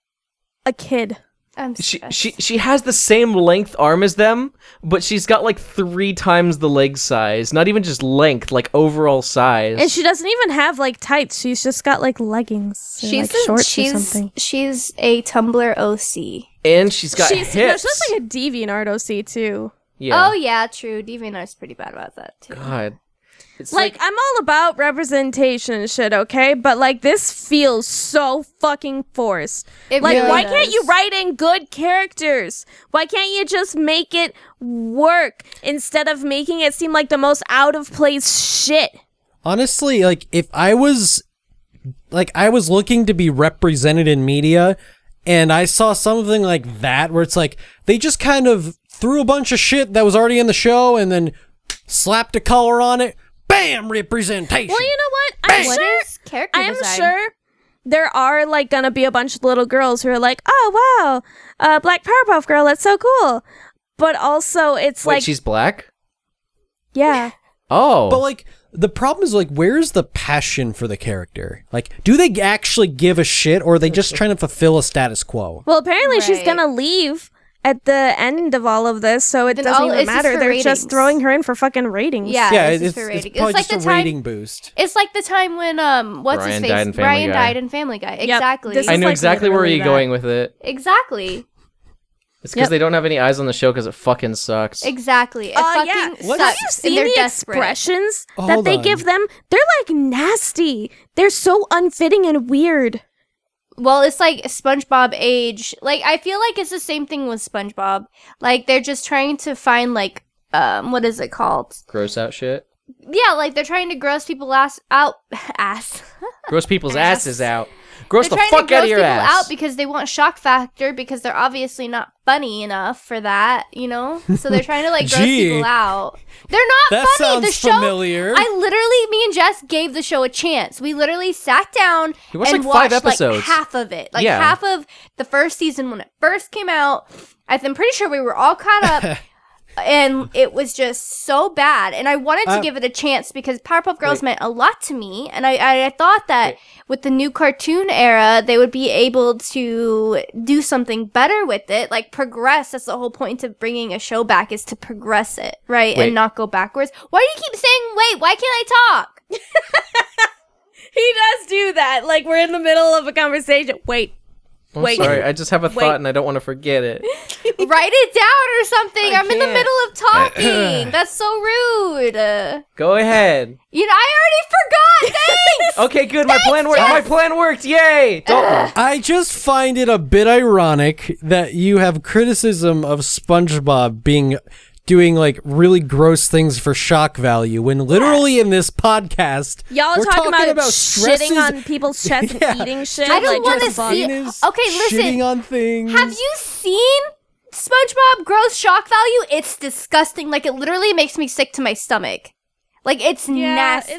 Speaker 2: a kid.
Speaker 3: I'm
Speaker 4: she,
Speaker 3: stressed.
Speaker 4: she she has the same length arm as them, but she's got like three times the leg size. Not even just length, like overall size.
Speaker 2: And she doesn't even have like tights. She's just got like leggings. Or,
Speaker 3: She's
Speaker 2: like,
Speaker 3: a-
Speaker 2: shorts
Speaker 3: she's
Speaker 2: or something.
Speaker 3: she's a Tumblr OC.
Speaker 4: and she's got
Speaker 2: she's, no,
Speaker 4: hips.
Speaker 2: she looks like a deviant OC too.
Speaker 4: yeah.
Speaker 3: Oh yeah, true. DeviantArt's pretty bad about that too.
Speaker 4: God. It's
Speaker 2: Like, I'm all about representation and shit, okay? But like this feels so fucking forced.
Speaker 3: It
Speaker 2: Like,
Speaker 3: really
Speaker 2: why
Speaker 3: does.
Speaker 2: can't you write in good characters? Why can't you just make it work instead of making it seem like the most out of place shit?
Speaker 1: Honestly, like if I was like I was looking to be represented in media, and I saw something like that where it's like they just kind of threw a bunch of shit that was already in the show and then slapped a color on it. Bam, representation.
Speaker 2: Well, you know what? I'm
Speaker 3: What
Speaker 2: sure.
Speaker 3: is character
Speaker 2: I am
Speaker 3: design?
Speaker 2: sure there are like gonna be a bunch of little girls who are like, "Oh wow, uh, Black Powerpuff Girl, that's so cool." But also, it's
Speaker 4: Wait,
Speaker 2: like,
Speaker 4: she's black.
Speaker 2: yeah,
Speaker 4: Oh,
Speaker 1: But like the problem is like where's the passion for the character? Like do they actually give a shit or are they just trying to fulfill a status quo?
Speaker 2: Well, apparently she's
Speaker 3: Right.
Speaker 2: gonna leave at the end of all of this, so it
Speaker 3: Then
Speaker 2: doesn't
Speaker 3: all-
Speaker 2: even
Speaker 3: it's just
Speaker 2: matter.
Speaker 3: for
Speaker 2: They're just
Speaker 3: ratings.
Speaker 2: throwing her in for fucking ratings.
Speaker 3: Yeah,
Speaker 1: yeah,
Speaker 3: it's,
Speaker 1: it's,
Speaker 3: just for
Speaker 1: it's
Speaker 3: rating.
Speaker 1: probably
Speaker 3: it's like
Speaker 1: just a
Speaker 3: the time.
Speaker 1: rating boost.
Speaker 3: It's like the time when um, what's
Speaker 4: Brian
Speaker 3: his
Speaker 4: died in
Speaker 3: face?
Speaker 4: Family
Speaker 3: Brian
Speaker 4: Guy.
Speaker 3: died in Family Guy. Exactly.
Speaker 2: this
Speaker 4: I
Speaker 2: is
Speaker 4: knew
Speaker 2: like
Speaker 4: exactly where
Speaker 2: literally
Speaker 4: you're
Speaker 2: that.
Speaker 4: going with it.
Speaker 3: exactly.
Speaker 4: It's because
Speaker 2: Yep.
Speaker 4: they don't have any eyes on the show because it fucking sucks.
Speaker 3: Exactly. It
Speaker 2: Uh,
Speaker 3: fucking
Speaker 2: yeah.
Speaker 3: sucks.
Speaker 2: Have you
Speaker 3: and
Speaker 2: seen
Speaker 3: they're
Speaker 2: the
Speaker 3: desperate.
Speaker 2: expressions
Speaker 1: Oh,
Speaker 2: that
Speaker 1: hold
Speaker 2: they
Speaker 1: on.
Speaker 2: give them? They're like nasty. They're so unfitting and weird.
Speaker 3: Well, it's like SpongeBob age. Like I feel like it's the same thing with SpongeBob. Like they're just trying to find like um what is it called?
Speaker 4: Gross out shit.
Speaker 3: Yeah, like they're trying to gross people ass out ass.
Speaker 4: Gross people's asses out. Gross
Speaker 3: they're
Speaker 4: the
Speaker 3: trying
Speaker 4: fuck
Speaker 3: to gross
Speaker 4: out of your
Speaker 3: people
Speaker 4: ass.
Speaker 3: out because they want shock factor because they're obviously not funny enough for that, you know? So they're trying to like gross
Speaker 1: Gee.
Speaker 3: people out. They're not
Speaker 1: That
Speaker 3: funny.
Speaker 1: sounds
Speaker 3: the show
Speaker 1: familiar.
Speaker 3: I literally me and Jess gave the show a chance. We literally sat down
Speaker 4: We watched,
Speaker 3: and
Speaker 4: like, five
Speaker 3: watched like
Speaker 4: episodes.
Speaker 3: half of it. Like
Speaker 4: Yeah.
Speaker 3: half of the first season when it first came out. I th- I'm pretty sure we were all caught up and it was just so bad. And I wanted to
Speaker 4: Um,
Speaker 1: Uh,
Speaker 3: give it a chance because Powerpuff Girls meant a lot to me. And I, I, I thought that with the new cartoon era, they would be able to do something better with it, like progress. That's the whole point of bringing a show back is to progress it, right?
Speaker 4: Wait.
Speaker 3: And not go backwards. Why do you keep saying, wait, why can't I talk?
Speaker 2: He does do that. Like we're in the middle of a conversation. Wait,
Speaker 4: I'm
Speaker 2: Wait.
Speaker 4: sorry, I just have a
Speaker 2: Wait.
Speaker 4: thought and I don't want to forget it.
Speaker 3: Write it down or something.
Speaker 4: I
Speaker 3: I'm in the
Speaker 4: can't.
Speaker 3: middle of talking. That's so rude. Uh,
Speaker 4: Go ahead.
Speaker 3: you know, I already forgot. Thanks.
Speaker 4: Okay, good. My plan worked. My plan worked. Yay! Don't.
Speaker 1: I just find it a bit ironic that you have criticism of SpongeBob being doing like really gross things for shock value when literally in this podcast
Speaker 2: y'all
Speaker 1: we're
Speaker 2: talking, about,
Speaker 1: stresses-
Speaker 2: shitting on people's chests and
Speaker 1: Yeah.
Speaker 2: eating shit.
Speaker 3: I don't
Speaker 2: like,
Speaker 3: wanna
Speaker 2: what the fuck?
Speaker 3: see-
Speaker 1: penis,
Speaker 3: Okay, listen.
Speaker 1: shitting on things.
Speaker 3: Have you seen SpongeBob gross shock value? It's disgusting. Like it literally makes me sick to my stomach. Like it's nasty.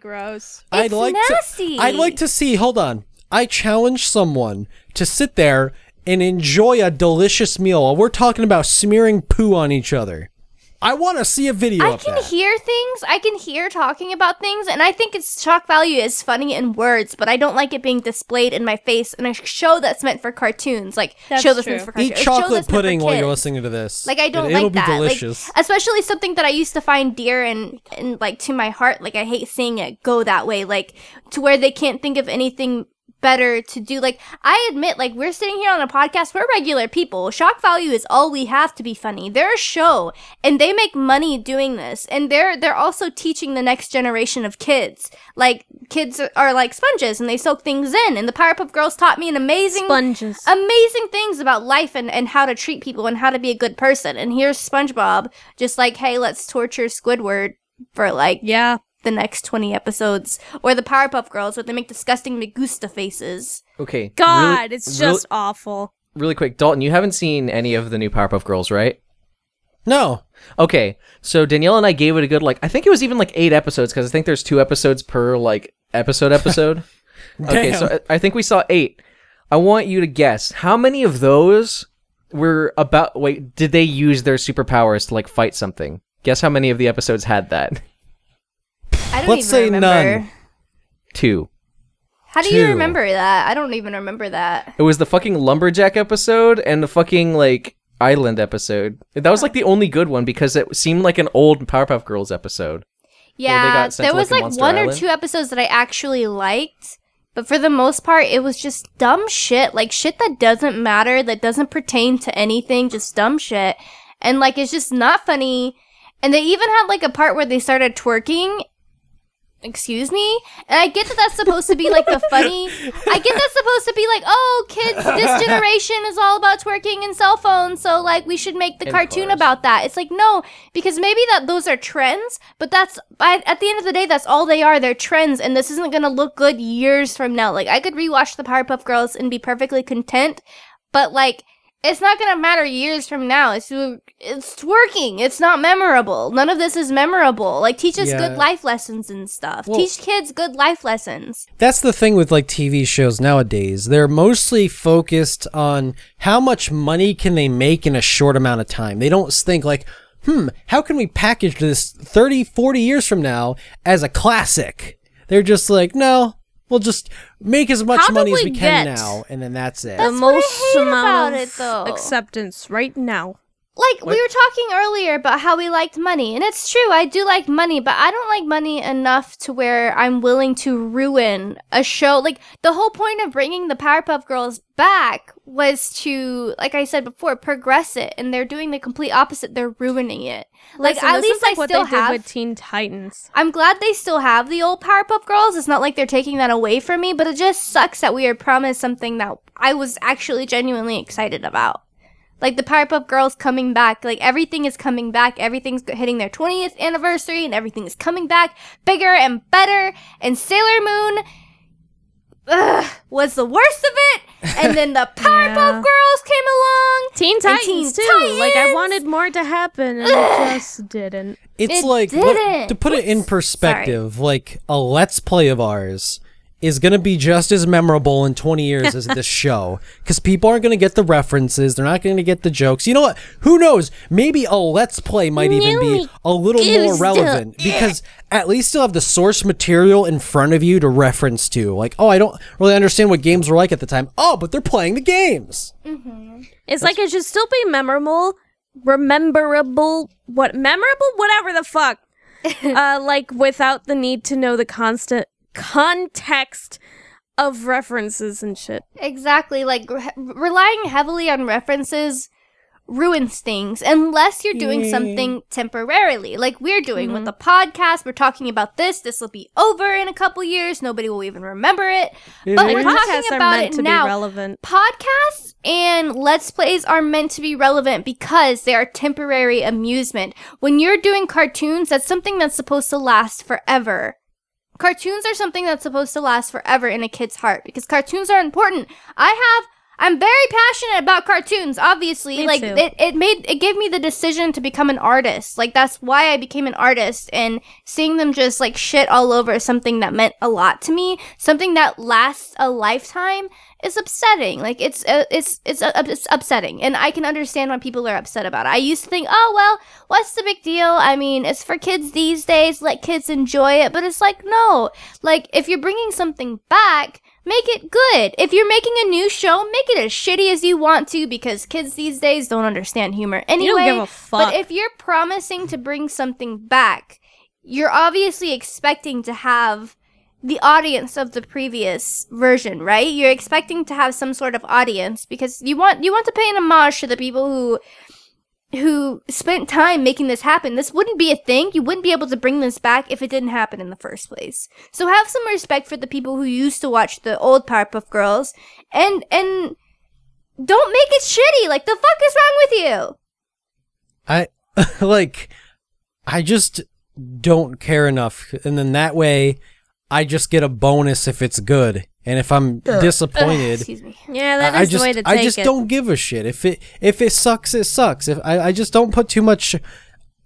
Speaker 2: gross.
Speaker 1: I'd
Speaker 3: It's
Speaker 1: like
Speaker 3: nasty.
Speaker 1: to. I'd like to see. Hold on. I challenge someone to sit there and enjoy a delicious meal while we're talking about smearing poo on each other. I want to see a video
Speaker 3: I
Speaker 1: of
Speaker 3: can
Speaker 1: that.
Speaker 3: hear things. I can hear talking about things, and I think its shock value is funny in words, but I don't like it being displayed in my face in a show that's meant for cartoons. Like
Speaker 2: That's
Speaker 3: show that's
Speaker 2: true.
Speaker 3: meant for cartoons.
Speaker 1: Eat
Speaker 3: a show
Speaker 1: chocolate
Speaker 3: that's meant for
Speaker 1: pudding while you're
Speaker 3: kids.
Speaker 1: listening to this.
Speaker 3: Like I don't
Speaker 1: it,
Speaker 3: like
Speaker 1: It'll be
Speaker 3: that.
Speaker 1: delicious.
Speaker 3: Like especially something that I used to find dear and and like to my heart. Like I hate seeing it go that way. Like to where they can't think of anything better to do. Like I admit, like we're sitting here on a podcast. We're regular people. Shock value is all we have to be funny. They're a show, and they make money doing this. And they're they're also teaching the next generation of kids. Like kids are, are like sponges, and they soak things in. And the Powerpuff Girls taught me an amazing
Speaker 2: Sponges.
Speaker 3: amazing things about life and, and how to treat people and how to be a good person. And here's SpongeBob just like, hey, let's torture Squidward for like
Speaker 2: yeah.
Speaker 3: the next 20 episodes. Or the Powerpuff Girls where they make disgusting Magusta faces.
Speaker 4: Okay.
Speaker 2: God,
Speaker 4: really-
Speaker 2: it's
Speaker 4: really-
Speaker 2: just awful.
Speaker 4: really quick, Dalton. You haven't seen any of the new Powerpuff Girls, right?
Speaker 1: no,
Speaker 4: Okay, so Danielle and I gave it a good like. I think it was even like eight episodes because I think there's two episodes per like episode episode. okay, so I, I think we saw eight. I want you to guess how many of those were about. Wait, did they use their superpowers to like fight something? Guess how many of the episodes had that?
Speaker 3: I don't
Speaker 1: Let's
Speaker 3: even
Speaker 1: say
Speaker 3: remember.
Speaker 1: none.
Speaker 4: Two.
Speaker 3: How do you
Speaker 1: Two.
Speaker 3: remember that? I don't even remember that.
Speaker 4: It was the fucking lumberjack episode and the fucking like island episode. That was like the only good one because it seemed like an old Powerpuff Girls episode.
Speaker 3: Yeah,
Speaker 4: got sent
Speaker 3: there
Speaker 4: to,
Speaker 3: was
Speaker 4: like, a
Speaker 3: like
Speaker 4: Monster
Speaker 3: one or
Speaker 4: Island.
Speaker 3: two episodes that I actually liked, but for the most part, it was just dumb shit, like shit that doesn't matter, that doesn't pertain to anything, just dumb shit, and like it's just not funny. And they even had like a part where they started twerking, excuse me and i get that that's supposed to be like the funny i get that's supposed to be like oh kids this generation is all about twerking and cell phones so like we should make the
Speaker 4: And
Speaker 3: cartoon
Speaker 4: cars.
Speaker 3: about that it's like no because maybe that those are trends but that's I, at the end of the day that's all they are they're trends and this isn't gonna look good years from now like i could rewatch the powerpuff girls and be perfectly content but like it's not gonna matter years from now. It's it's twerking. It's not memorable. None of this is memorable. Like teach us
Speaker 1: Yeah.
Speaker 3: good life lessons and stuff.
Speaker 1: Well-
Speaker 3: teach kids good life lessons.
Speaker 1: That's the thing with like TV shows nowadays. They're mostly focused on how much money can they make in a short amount of time. They don't think like, hmm, how can we package this 30, 40 years from now as a classic? They're just like, no, we'll just make as much
Speaker 2: How do
Speaker 1: money as
Speaker 2: we
Speaker 1: we can
Speaker 2: get-
Speaker 1: now, and then that's it.
Speaker 2: the
Speaker 3: That's what I
Speaker 2: most
Speaker 3: hate
Speaker 2: amount
Speaker 3: about
Speaker 2: of
Speaker 3: it, though.
Speaker 2: acceptance right now.
Speaker 3: Like we were talking earlier about how we liked money, and it's true. I do like money, but I don't like money enough to where I'm willing to ruin a show. Like the whole point of bringing the Powerpuff Girls back was to, like I said before, progress it, and they're doing the complete opposite. They're ruining it. Like
Speaker 2: Listen,
Speaker 3: at
Speaker 2: this
Speaker 3: least
Speaker 2: is like
Speaker 3: I
Speaker 2: what
Speaker 3: still
Speaker 2: they
Speaker 3: have
Speaker 2: did with Teen Titans.
Speaker 3: I'm glad they still have the old Powerpuff Girls. It's not like they're taking that away from me, but it just sucks that we are promised something that I was actually genuinely excited about. Like the Powerpuff Girls coming back, like everything is coming back. Everything's g- hitting their 20th anniversary and everything is coming back bigger and better. And Sailor Moon ugh, was the worst of it. And then the Powerpuff
Speaker 2: Yeah.
Speaker 3: Girls came along.
Speaker 2: Teen
Speaker 3: Teen
Speaker 2: Titans too. Like I
Speaker 3: Titans!
Speaker 2: wanted more to happen and it just didn't.
Speaker 1: It's
Speaker 3: It
Speaker 1: like what-
Speaker 3: didn't.
Speaker 1: to put it in perspective, like a let's play of ours is going to be just as memorable in 20 years as this show cuz people aren't going to get the references, they're not going to get the jokes. You know what? Who knows? Maybe a let's play might even be a little more relevant because at least you'll have the source material in front of you to reference to. Like, oh, I don't really understand what games were like at the time. Oh, but they're playing the games.
Speaker 2: It's like it should still be memorable, rememberable, what memorable, whatever the fuck. uh, like without the need to know the constant context of references and shit.
Speaker 3: Exactly. Like re- relying heavily on references ruins things unless you're doing something temporarily, like we're doing with the podcast. We're talking about this. This will be over in a couple years. Nobody will even remember it. But
Speaker 2: Like
Speaker 3: we're
Speaker 2: podcasts
Speaker 3: talking
Speaker 2: are
Speaker 3: about
Speaker 2: meant
Speaker 3: it
Speaker 2: to be
Speaker 3: now.
Speaker 2: relevant.
Speaker 3: Podcasts and let's plays are meant to be relevant because they are temporary amusement. When you're doing cartoons, that's something that's supposed to last forever. Cartoons are something that's supposed to last forever in a kid's heart because cartoons are important. I have I'm very passionate about cartoons, obviously.
Speaker 2: Me
Speaker 3: like
Speaker 2: too.
Speaker 3: it it made it gave me the decision to become an artist. Like that's why I became an artist and seeing them just like shit all over is something that meant a lot to me, something that lasts a lifetime is upsetting. Like it's uh, it's it's, uh, it's upsetting, and I can understand why people are upset about it. I used to think, oh well, what's the big deal? I mean, it's for kids these days. Let kids enjoy it. But it's like no, like if you're bringing something back. Make it good. If you're making a new show, make it as shitty as you want to because kids these days don't understand humor anyway.
Speaker 2: give a fuck.
Speaker 3: But if you're promising to bring something back, you're obviously expecting to have the audience of the previous version, right? You're expecting to have some sort of audience because you want you want to pay an homage to the people who who spent time making this happen. This wouldn't be a thing. You wouldn't be able to bring this back if it didn't happen in the first place. So have some respect for the people who used to watch the old Powerpuff Girls and and don't make it shitty. Like the fuck is wrong with you?
Speaker 1: I like I just don't care enough and then that way I just get a bonus if it's good. And if I'm disappointed,
Speaker 3: Excuse me.
Speaker 2: Yeah, that is
Speaker 1: I I just
Speaker 2: the way to take
Speaker 1: I just
Speaker 2: it.
Speaker 1: don't give a shit. If it if it sucks, it sucks. If I I just don't put too much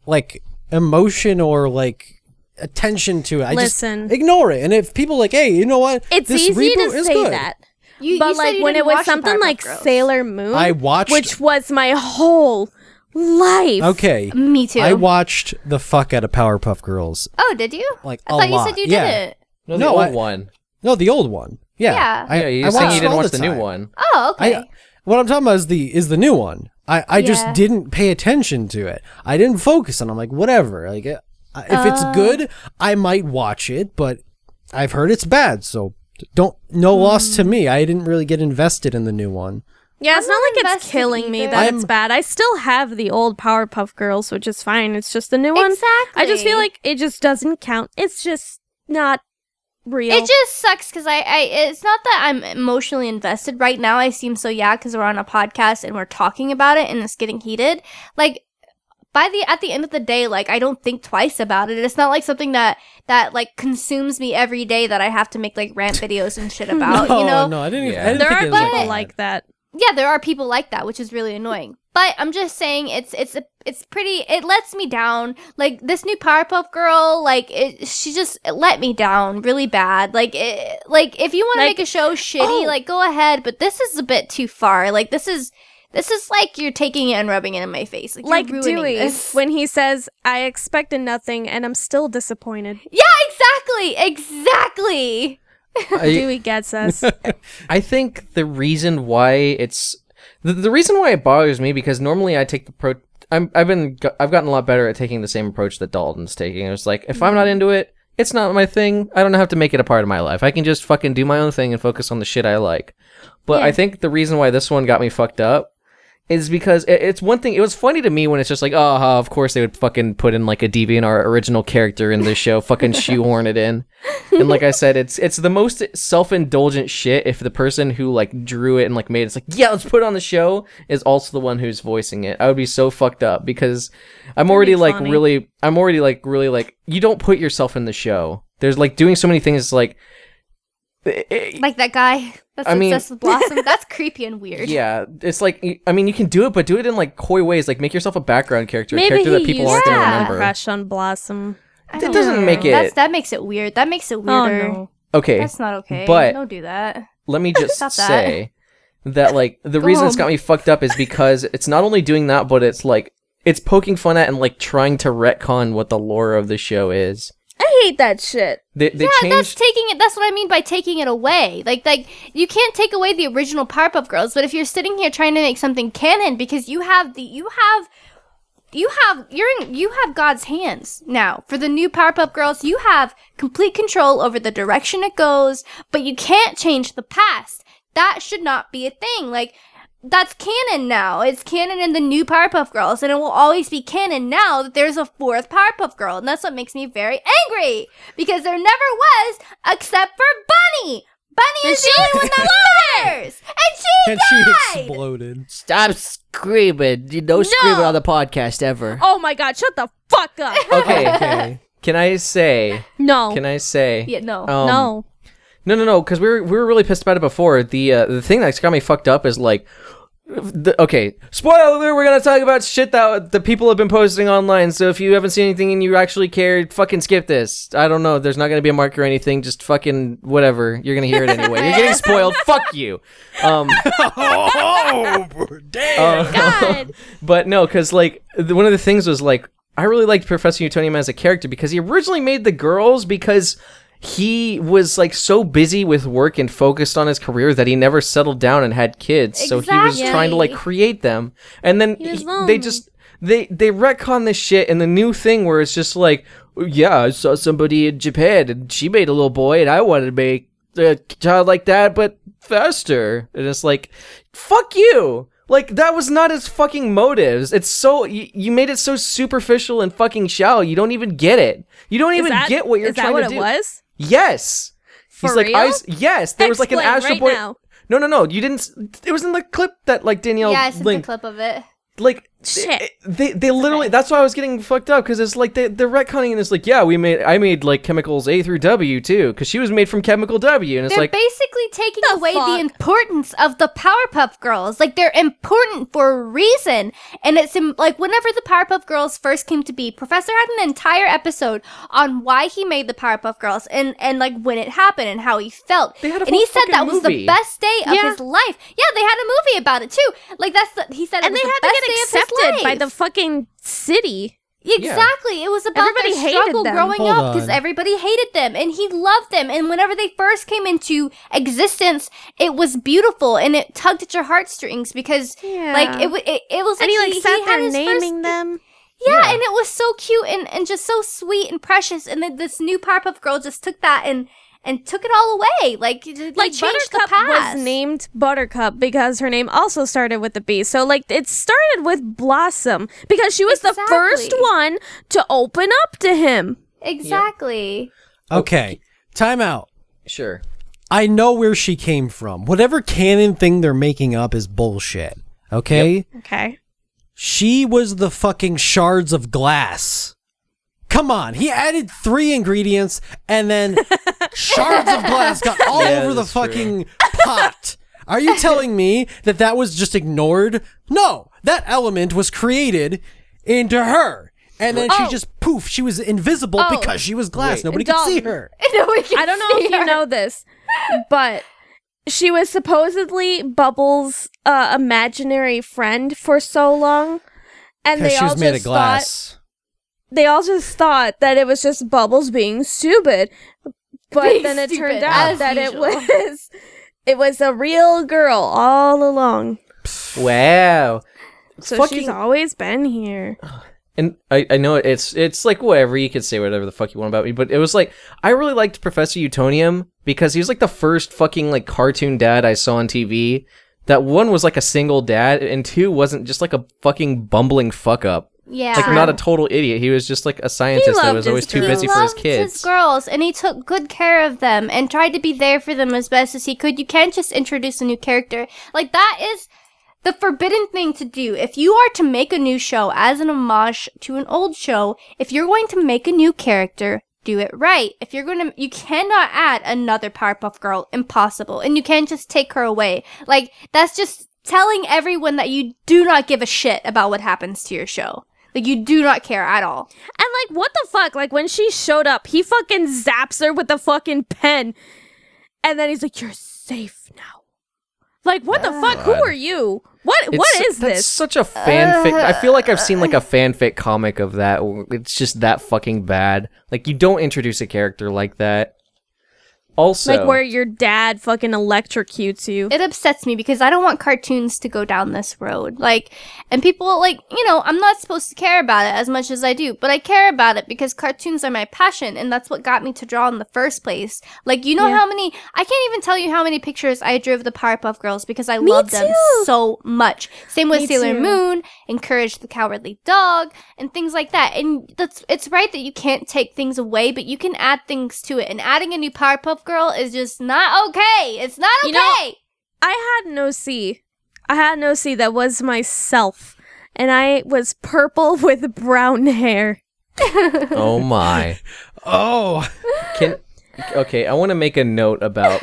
Speaker 1: like emotion or like attention to it. I
Speaker 2: Listen.
Speaker 1: just ignore it. And if people like, "Hey, you know what?
Speaker 2: it's
Speaker 1: This
Speaker 2: easy to
Speaker 1: reboot is
Speaker 2: say
Speaker 1: good."
Speaker 2: that.
Speaker 3: You,
Speaker 2: but
Speaker 3: you said
Speaker 2: like
Speaker 3: you
Speaker 2: when
Speaker 3: didn't
Speaker 2: it was
Speaker 3: watch the
Speaker 2: something
Speaker 3: Powerpuff
Speaker 2: like
Speaker 3: Girls.
Speaker 2: Sailor Moon,
Speaker 1: I watched-
Speaker 2: which was my whole life.
Speaker 1: Okay.
Speaker 3: Me too.
Speaker 1: I watched the fuck out of Powerpuff Girls.
Speaker 3: oh, did you?
Speaker 1: Like,
Speaker 3: I
Speaker 1: a
Speaker 3: thought you
Speaker 1: lot.
Speaker 3: said you
Speaker 1: Yeah.
Speaker 3: didn't.
Speaker 4: No, the
Speaker 1: No,
Speaker 4: old
Speaker 1: I-
Speaker 4: one.
Speaker 1: No, the old one. Yeah.
Speaker 3: Yeah.
Speaker 1: I,
Speaker 4: yeah, you
Speaker 1: I
Speaker 4: were saying
Speaker 1: watched
Speaker 4: you didn't
Speaker 1: all
Speaker 4: watch the new
Speaker 1: time.
Speaker 4: one.
Speaker 3: Oh, okay.
Speaker 1: I what I'm talking about is the is the new one. I I
Speaker 3: Yeah.
Speaker 1: just didn't pay attention to it. I didn't focus on. it. I'm like whatever. Like uh, if it's good, I might watch it, but I've heard it's bad, so don't no loss to me. I didn't really get invested in the new one.
Speaker 2: Yeah, it's
Speaker 3: I'm
Speaker 2: not
Speaker 3: not
Speaker 2: like it's
Speaker 3: invested
Speaker 2: killing me
Speaker 3: either.
Speaker 2: that
Speaker 1: I'm-
Speaker 2: it's bad. I still have the old Powerpuff Girls, which is fine. It's just the new one. I just feel
Speaker 3: Exactly.
Speaker 2: like it just doesn't count. It's just not real.
Speaker 3: It just sucks because I, I, it's not that I'm emotionally invested right now. I seem so yeah because we're on a podcast and we're talking about it and it's getting heated. Like by the at the end of the day, like I don't think twice about it. It's not like something that that like consumes me every day that I have to make like rant videos and shit about.
Speaker 1: no,
Speaker 3: Oh, you know,
Speaker 1: no, I didn't.
Speaker 4: Yeah.
Speaker 1: I didn't
Speaker 2: there
Speaker 1: think
Speaker 2: are
Speaker 1: it was
Speaker 3: people
Speaker 2: people
Speaker 1: that.
Speaker 2: like that.
Speaker 3: yeah, there are people like that, which is really annoying. But I'm just saying, it's it's a, it's pretty. It lets me down. Like this new Powerpuff Girl, like it, she just let me down really bad. Like it, like if you want to
Speaker 2: Like-
Speaker 3: make a show shitty,
Speaker 2: oh.
Speaker 3: like go ahead. But this is a bit too far. Like this is this is like you're taking it and rubbing it in my face. Like,
Speaker 2: Like
Speaker 3: you're ruining
Speaker 2: Dewey
Speaker 3: this.
Speaker 2: when he says, "I expected nothing and I'm still disappointed."
Speaker 3: yeah, exactly, exactly.
Speaker 4: I,
Speaker 2: Dewey gets us.
Speaker 4: I think the reason why it's the, the reason why it bothers me because normally I take the pro. I'm, I've been I've gotten a lot better at taking the same approach that Dalton's taking. It's like if I'm not into it, it's not my thing. I don't have to make it a part of my life. I can just fucking do my own thing and focus on the shit I like. But I think the reason why this one got me fucked up is because it, it's one thing. It was funny to me when it's just like, oh, huh, of course they would fucking put in like a DeviantArt original character in this show, fucking shoehorn it in. And like I said, it's it's the most self indulgent shit. If the person who like drew it and like made it, it's like, yeah, let's put it on the show, is also the one who's voicing it. I would be so fucked up because I'm already like
Speaker 2: funny.
Speaker 4: really, I'm already like really like you don't put yourself in the show. There's like doing so many things. It's like. eh, eh,
Speaker 3: Like that guy that's
Speaker 4: I mean-
Speaker 3: obsessed with Blossom. that's creepy and weird.
Speaker 4: yeah, it's like y- I mean, you can do it, but do it in like coy ways. Like make yourself a background character, a
Speaker 2: Maybe
Speaker 4: character
Speaker 2: he
Speaker 4: that people
Speaker 2: used
Speaker 4: aren't
Speaker 2: to
Speaker 4: gonna
Speaker 2: have a
Speaker 4: remember.
Speaker 2: crush on Blossom.
Speaker 3: I
Speaker 4: That
Speaker 3: don't
Speaker 4: doesn't make
Speaker 3: That's,
Speaker 4: it-
Speaker 3: that makes it weird. That makes it
Speaker 2: Oh
Speaker 3: weirder.
Speaker 2: no.
Speaker 4: Okay,
Speaker 3: That's not okay.
Speaker 4: but-
Speaker 3: don't do that.
Speaker 4: let me just
Speaker 3: Stop that.
Speaker 4: say that like the reason it's
Speaker 3: home.
Speaker 4: got me fucked up is because it's not only doing that, but it's like it's poking fun at and like trying to retcon what the lore of the show is.
Speaker 2: I hate that shit.
Speaker 4: They they
Speaker 3: yeah, that's
Speaker 4: changed.
Speaker 3: taking it. That's what I mean by taking it away. Like, like you can't take away the original Powerpuff Girls, but if you're sitting here trying to make something canon because you have the you have you have you're in you have God's hands now for the new Powerpuff Girls. You have complete control over the direction it goes, but you can't change the past. That should not be a thing. Like. That's canon now. It's canon in the new Powerpuff Girls, and it will always be canon now that there's a fourth Powerpuff Girl, and that's what makes me very angry because there never was, except for Bunny. Bunny is the only one that matters, and
Speaker 1: and
Speaker 3: she
Speaker 1: she
Speaker 3: died.
Speaker 1: exploded.
Speaker 5: Stop screaming. You no screaming on the podcast ever.
Speaker 2: Oh my god, shut the fuck up.
Speaker 4: Okay, okay. Can I say?
Speaker 2: No.
Speaker 4: Can I say?
Speaker 3: Yeah, no.
Speaker 4: um,
Speaker 2: no.
Speaker 4: No, no, no, because we were we were really pissed about it before. The uh, the thing that's got me fucked up is like, the, okay, spoiler. alert, We're gonna talk about shit that the people have been posting online. So if you haven't seen anything and you actually care, fucking skip this. I don't know. There's not gonna be a mark or anything. Just fucking whatever. You're gonna hear it anyway. You're getting spoiled. Fuck you. Um,
Speaker 1: oh, damn.
Speaker 4: uh, but no, because like th- one of the things was like I really liked Professor Newtonium as a character because he originally made the girls because he was like so busy with work and focused on his career that he never settled down and had kids. So he was
Speaker 3: Exactly.
Speaker 4: trying to like create them, and then
Speaker 2: was
Speaker 4: he-
Speaker 2: lonely.
Speaker 4: they just they they retcon this shit and the new thing where it's just like yeah I saw somebody in Japan and she made a little boy and I wanted to make a child like that but faster and it's like fuck you like that was not his fucking motives it's so you, you made it so superficial and fucking shallow you don't even get it you don't even get what you're
Speaker 2: is
Speaker 4: trying
Speaker 2: that what
Speaker 4: to
Speaker 2: it
Speaker 4: do
Speaker 2: was?
Speaker 4: yes
Speaker 2: For
Speaker 4: he's like
Speaker 2: real?
Speaker 4: I s- yes there was like an
Speaker 2: Explain
Speaker 4: Astro
Speaker 2: right
Speaker 4: Boy
Speaker 2: now.
Speaker 4: no no no you didn't s- it was in the clip that like Danielle
Speaker 3: yeah, I sent
Speaker 4: linked
Speaker 3: the clip of it.
Speaker 4: like
Speaker 2: Shit.
Speaker 4: They, they, they literally that's why I was getting fucked up because it's like they, they're retconning and it's like yeah we made I made like chemicals A through W too because she was made from chemical W and it's
Speaker 3: They're
Speaker 4: like
Speaker 3: basically taking
Speaker 2: The
Speaker 3: away
Speaker 2: fuck?
Speaker 3: the importance of the Powerpuff Girls. Like they're important for a reason, and it's in, like whenever the Powerpuff Girls first came to be, Professor had an entire episode on why he made the Powerpuff Girls and and like when it happened and how he felt.
Speaker 4: They had a
Speaker 3: and he
Speaker 4: whole
Speaker 3: said
Speaker 4: fucking
Speaker 3: that was
Speaker 4: movie.
Speaker 3: the best day of
Speaker 2: Yeah.
Speaker 3: his life. Yeah, they had a movie about it too. Like that's the, he said, it
Speaker 2: And they
Speaker 3: was the
Speaker 2: had to
Speaker 3: best
Speaker 2: get
Speaker 3: day of his
Speaker 2: accepted by
Speaker 3: life.
Speaker 2: the fucking city.
Speaker 3: Exactly. It was about
Speaker 2: Everybody
Speaker 3: their
Speaker 2: hated
Speaker 3: struggle
Speaker 2: them.
Speaker 3: growing
Speaker 1: Hold
Speaker 3: up because
Speaker 1: on.
Speaker 3: everybody hated them and he loved them. And whenever they first came into existence, it was beautiful and it tugged at your heartstrings because like it, w- it it was like
Speaker 2: and he like sat
Speaker 3: had
Speaker 2: there
Speaker 3: his
Speaker 2: naming
Speaker 3: first-
Speaker 2: them.
Speaker 3: Yeah, and it was so cute and, and just so sweet and precious. And then this new Powerpuff Girl just took that and and took it all away. Like it- it
Speaker 2: Like
Speaker 3: changed the
Speaker 2: Buttercup
Speaker 3: past.
Speaker 2: was named Buttercup because her name also started with a B. So like it started with Blossom because she was the first
Speaker 3: Exactly.
Speaker 2: one to open up to him.
Speaker 3: exactly.
Speaker 1: Okay. Time out.
Speaker 4: Sure.
Speaker 1: I know where she came from. Whatever canon thing they're making up is bullshit. Okay?
Speaker 2: Okay.
Speaker 1: She was the fucking shards of glass. Come on, he added three ingredients and then shards of glass got all
Speaker 4: Yeah,
Speaker 1: over the
Speaker 4: that's true.
Speaker 1: fucking pot. Are you telling me that that was just ignored? No, that element was created into her. And then
Speaker 3: Oh.
Speaker 1: she just poof, she was invisible
Speaker 3: Oh.
Speaker 1: because she was glass.
Speaker 4: Wait.
Speaker 1: Nobody could see
Speaker 3: Dalton.
Speaker 1: her.
Speaker 3: Nobody can
Speaker 2: I don't know
Speaker 3: see
Speaker 2: if you
Speaker 3: her.
Speaker 2: know this, but she was supposedly Bubbles' uh, imaginary friend for so long,
Speaker 1: Because
Speaker 2: and they
Speaker 1: she
Speaker 2: all
Speaker 1: was made of
Speaker 2: just thought
Speaker 1: glass.
Speaker 2: they all just thought that it was just Bubbles being stupid, but
Speaker 3: Being
Speaker 2: then it
Speaker 3: stupid,
Speaker 2: turned out
Speaker 3: as
Speaker 2: that
Speaker 3: usual.
Speaker 2: it was it was a real girl all along.
Speaker 4: Wow.
Speaker 2: So she's
Speaker 4: Fucking-
Speaker 2: always been here.
Speaker 4: And I, I know it's it's like whatever you could say whatever the fuck you want about me, but it was like I really liked Professor Utonium because he was like the first fucking like cartoon dad I saw on TV. That one was like a single dad, and two wasn't just like a fucking bumbling fuck up,
Speaker 3: Yeah.
Speaker 4: like not a total idiot. He was just like a scientist that
Speaker 2: loved
Speaker 4: was
Speaker 2: his
Speaker 4: always too
Speaker 2: girls.
Speaker 4: busy for his
Speaker 3: loved
Speaker 4: kids.
Speaker 3: his girls and he took good care of them and tried to be there for them as best as he could. You can't just introduce a new character. Like that is the forbidden thing to do. If you are to make a new show as an homage to an old show, if you're going to make a new character, do it right. If you're going to you cannot add another Powerpuff Girl. Impossible. And you can't just take her away. Like that's just telling everyone that you do not give a shit about what happens to your show. Like you do not care at all.
Speaker 2: And like, what the fuck? Like when she showed up, he fucking zaps her with the fucking pen, and then he's like, "You're safe now." Like, what the fuck? Who are you? What?
Speaker 4: It's
Speaker 2: what
Speaker 4: su-
Speaker 2: is
Speaker 4: that's
Speaker 2: this?
Speaker 4: such a fanfic. I feel like I've seen like a fanfic comic of that. where It's just that fucking bad. Like you don't introduce a character like that. Also,
Speaker 2: Like where your dad fucking electrocutes you.
Speaker 3: it upsets me because I don't want cartoons to go down this road. Like, and people, like, you know, I'm not supposed to care about it as much as I do, but I care about it because cartoons are my passion and that's what got me to draw in the first place. Like, you know
Speaker 2: Yeah.
Speaker 3: how many, I can't even tell you how many pictures I drew of the Powerpuff Girls because I
Speaker 2: Me
Speaker 3: love them
Speaker 2: too.
Speaker 3: so much. Same with
Speaker 2: Me
Speaker 3: Sailor
Speaker 2: too.
Speaker 3: Moon, Encourage the Cowardly Dog, and things like that. And that's, it's right that you can't take things away, but you can add things to it. And adding a new Powerpuff Girl is just not okay. It's not okay.
Speaker 2: You know, I had an OC. I had an OC that was myself, and I was purple with brown hair.
Speaker 4: oh my,
Speaker 1: Oh,
Speaker 4: can okay. I want to make a note about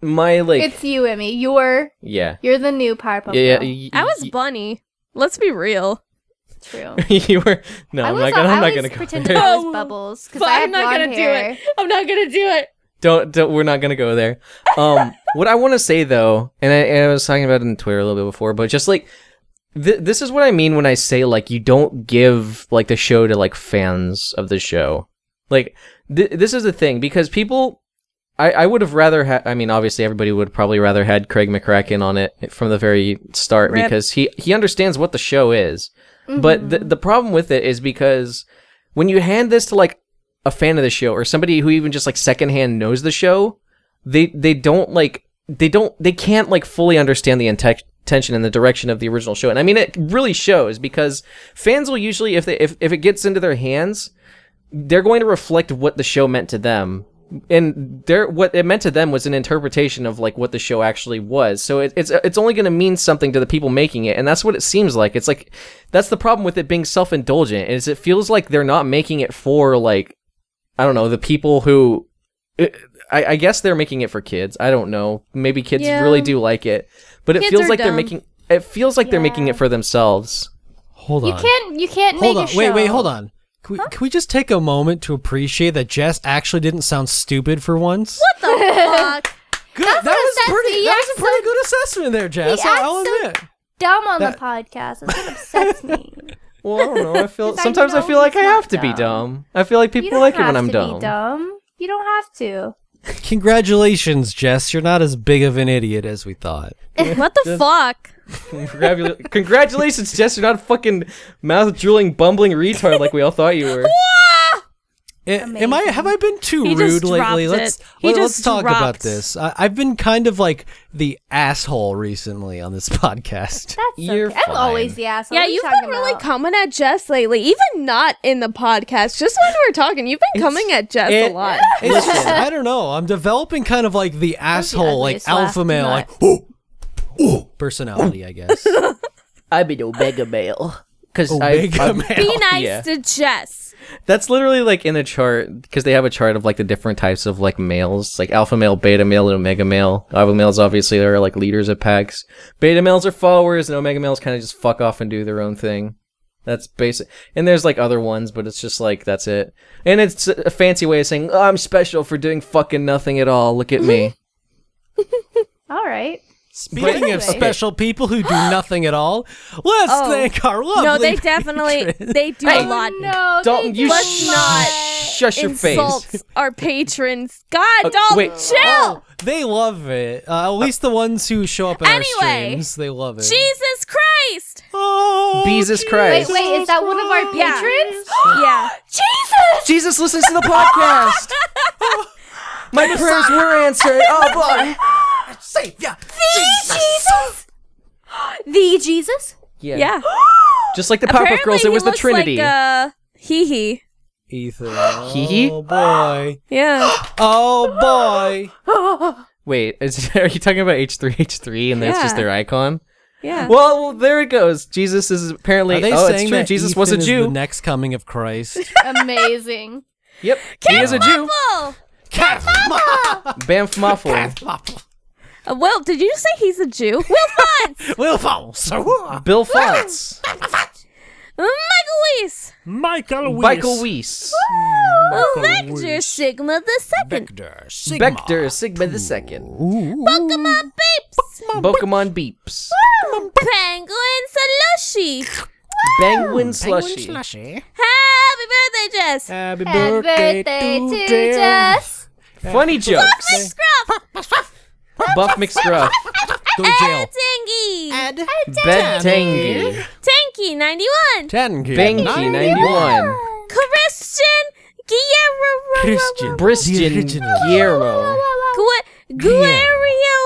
Speaker 4: my like.
Speaker 3: it's you, Emmy. You're
Speaker 4: yeah,
Speaker 3: you're the new Powerpuff
Speaker 4: yeah, yeah.
Speaker 3: Girl.
Speaker 4: y-
Speaker 2: I was
Speaker 4: y-
Speaker 2: bunny. Let's be real.
Speaker 3: True.
Speaker 4: you were no.
Speaker 3: I
Speaker 4: I'm
Speaker 3: was,
Speaker 4: not gonna. I'm
Speaker 3: I
Speaker 4: not
Speaker 3: was
Speaker 4: gonna go.
Speaker 3: pretending
Speaker 4: there.
Speaker 3: I was
Speaker 2: No,
Speaker 3: Bubbles because
Speaker 2: But
Speaker 3: I had
Speaker 2: I'm not
Speaker 3: blonde
Speaker 2: gonna
Speaker 3: hair.
Speaker 2: do it. I'm not gonna do it.
Speaker 4: don't, don't we're not gonna go there um what i want to say though and I, and I was talking about it on twitter a little bit before but just like th- this is what i mean when i say like you don't give like the show to like fans of the show like th- this is the thing because people i, I would have rather had i mean obviously everybody would probably rather had craig mccracken on it from the very start
Speaker 2: Rip.
Speaker 4: because he he understands what the show is but the, the problem with it is because when you hand this to like a fan of the show or somebody who even just like secondhand knows the show, they they don't like they don't they can't like fully understand the inte- intention and the direction of the original show. And I mean it really shows because fans will usually if they if, if it gets into their hands, they're going to reflect what the show meant to them and there what it meant to them was an interpretation of like what the show actually was so it, it's it's only going to mean something to the people making it and that's what it seems like it's like that's the problem with it being self-indulgent is it feels like they're not making it for like i don't know the people who I, I guess they're making it for kids i don't know maybe kids
Speaker 2: Yeah.
Speaker 4: really do like it but it
Speaker 2: Kids
Speaker 4: feels
Speaker 2: are
Speaker 4: like they're
Speaker 2: dumb.
Speaker 4: making it feels like they're making it for themselves
Speaker 1: hold on.
Speaker 3: you can't you can't
Speaker 1: Hold
Speaker 3: make
Speaker 1: on.
Speaker 3: a show.
Speaker 1: Wait, wait, hold on. Can we, can we just take a moment to appreciate that Jess actually didn't sound stupid for once? What the fuck? Good. That was
Speaker 3: assessment.
Speaker 1: pretty.
Speaker 3: He
Speaker 1: That was a
Speaker 3: acts
Speaker 1: pretty good assessment there, Jess.
Speaker 3: he
Speaker 1: I- I'll
Speaker 3: acts so-
Speaker 1: admit.
Speaker 3: Dumb on
Speaker 1: That-
Speaker 3: the podcast. That's what upsets me.
Speaker 4: well i don't know i feel
Speaker 3: 'Cause I
Speaker 4: sometimes i,
Speaker 3: know
Speaker 4: feel like i
Speaker 3: he's
Speaker 4: have
Speaker 3: not
Speaker 4: to be
Speaker 3: dumb.
Speaker 4: dumb i feel like
Speaker 3: you
Speaker 4: people
Speaker 3: don't
Speaker 4: like it
Speaker 3: have
Speaker 4: when i'm
Speaker 3: to
Speaker 4: dumb
Speaker 3: be dumb. You don't have to.
Speaker 1: Congratulations, Jess. You're not as big of an idiot as we thought.
Speaker 2: what the fuck?
Speaker 4: Congratu- Congratulations, Jess. You're not a fucking mouth drooling, bumbling retard like we all thought you were.
Speaker 1: A- Am I? Have I been too
Speaker 2: He
Speaker 1: rude
Speaker 2: just dropped
Speaker 1: lately?
Speaker 2: it.
Speaker 1: Let's
Speaker 2: He
Speaker 1: let, us
Speaker 2: just
Speaker 1: talk about
Speaker 2: dropped.
Speaker 1: this. I, I've been kind of like the asshole recently on this podcast.
Speaker 3: That's
Speaker 4: You're
Speaker 3: okay. I'm always
Speaker 4: fine.
Speaker 3: the asshole.
Speaker 2: Yeah,
Speaker 3: What are you
Speaker 2: you've
Speaker 3: talking
Speaker 2: been really
Speaker 3: about?
Speaker 2: coming at Jess lately. Even not in the podcast, just when we're talking, you've been coming at Jess
Speaker 1: it-
Speaker 2: a lot.
Speaker 1: It's just, I don't know. I'm developing kind of like the asshole, like
Speaker 3: ugliest laugh,
Speaker 1: alpha male,
Speaker 3: not-
Speaker 1: like oh, oh, personality. I guess.
Speaker 5: I'm an Omega male.
Speaker 4: because
Speaker 1: Omega male.
Speaker 2: Be nice
Speaker 4: yeah.
Speaker 2: to Jess.
Speaker 4: That's literally like in a chart because they have a chart of like the different types of like males, like alpha male, beta male, and omega male. Alpha males obviously are like leaders of packs. Beta males are followers, and omega males kind of just fuck off and do their own thing. That's basic. And there's like other ones, but it's just like that's it. And it's a fancy way of saying "Oh, I'm special for doing fucking nothing at all. Look at me.
Speaker 3: All right.
Speaker 1: Speaking of
Speaker 3: Anyway.
Speaker 1: special people who do nothing at all, let's
Speaker 2: Oh.
Speaker 1: thank our lovely.
Speaker 2: No, they definitely they do a lot.
Speaker 3: No,
Speaker 4: Dalton,
Speaker 3: they
Speaker 4: you
Speaker 3: did
Speaker 4: sh-
Speaker 2: not
Speaker 4: shush your
Speaker 2: Insults
Speaker 4: face.
Speaker 2: our patrons. God,
Speaker 4: Uh,
Speaker 2: don't
Speaker 4: wait.
Speaker 2: chill.
Speaker 1: Oh, they love it. Uh, at least the ones who show up in our
Speaker 2: Anyway.
Speaker 1: streams, they love it.
Speaker 2: Jesus Christ.
Speaker 1: Oh,
Speaker 4: Jesus
Speaker 3: Wait,
Speaker 4: Christ.
Speaker 3: wait, is that one of our
Speaker 2: Yeah.
Speaker 3: patrons?
Speaker 2: yeah.
Speaker 3: Jesus!
Speaker 4: Jesus listens to the podcast. My prayers were answered. Oh boy.
Speaker 1: yeah.
Speaker 3: Jesus! The Jesus?
Speaker 2: Yeah.
Speaker 4: Just like the Powerpuff Girls, it was the Trinity.
Speaker 2: Like, uh, hee hee.
Speaker 1: Ethan.
Speaker 4: Hee-hee.
Speaker 1: Oh boy.
Speaker 2: Yeah.
Speaker 1: Oh boy.
Speaker 4: Wait, is, are you talking about H three H three, and that's just
Speaker 2: Yeah.
Speaker 4: their icon?
Speaker 2: Yeah.
Speaker 4: Well, well, there it goes. Jesus is apparently.
Speaker 1: Are they
Speaker 4: oh,
Speaker 1: saying
Speaker 4: it's true.
Speaker 1: that
Speaker 4: Jesus
Speaker 1: Ethan
Speaker 4: was a
Speaker 1: is
Speaker 4: Jew.
Speaker 1: the next coming of Christ?
Speaker 3: Amazing.
Speaker 4: yep, he is a Jew.
Speaker 2: Well,
Speaker 4: Banff Muffle,
Speaker 2: uh, well, did you say he's a Jew? Will Fonz,
Speaker 1: Will Fonso.
Speaker 4: Bill Fonts,
Speaker 2: Michael Weiss,
Speaker 1: Michael Weiss.
Speaker 4: Michael Weiss,
Speaker 2: Vector Sigma the Second,
Speaker 1: Vector. Sigma.
Speaker 4: Bector, Sigma the Second,
Speaker 2: Pokemon Beeps,
Speaker 4: Pokemon Beeps,
Speaker 2: Penguin Slushy.
Speaker 4: Penguin Slushy.
Speaker 2: Happy birthday, Jess.
Speaker 1: Happy
Speaker 3: Happy
Speaker 1: birthday, to Jess.
Speaker 4: Funny jokes.
Speaker 2: Scruff,
Speaker 4: Buff McScruff,
Speaker 1: Go to jail.
Speaker 2: Tingy,
Speaker 4: Bed Tangy,
Speaker 2: Tanky 91,
Speaker 1: Tanky.
Speaker 4: Banky ninety one,
Speaker 2: Christian Guerrero,
Speaker 1: Christian.
Speaker 4: Bristian
Speaker 1: original.
Speaker 4: Guillermo,
Speaker 2: Gu- Guerrero,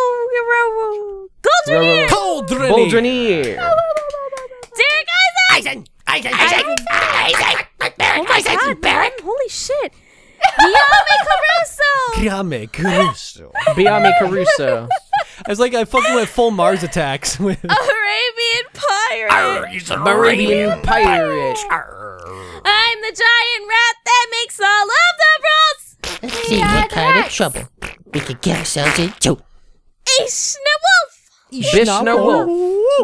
Speaker 2: Golden Ear,
Speaker 1: Cauldron.
Speaker 4: Boldrinier,
Speaker 2: Derek Isaac. Oh my god, man. Holy shit.
Speaker 1: Kame
Speaker 2: Yami Caruso!
Speaker 1: Caruso.
Speaker 4: Biami Caruso.
Speaker 1: I was like, I fucking went full Mars attacks with
Speaker 2: Arabian Pirate!
Speaker 4: Arabian pirate.
Speaker 2: I'm the giant rat that makes all of the rules!
Speaker 6: Let's see what kind of trouble we could get ourselves into.
Speaker 2: Ishna Wolf!
Speaker 4: Bishna Wolf.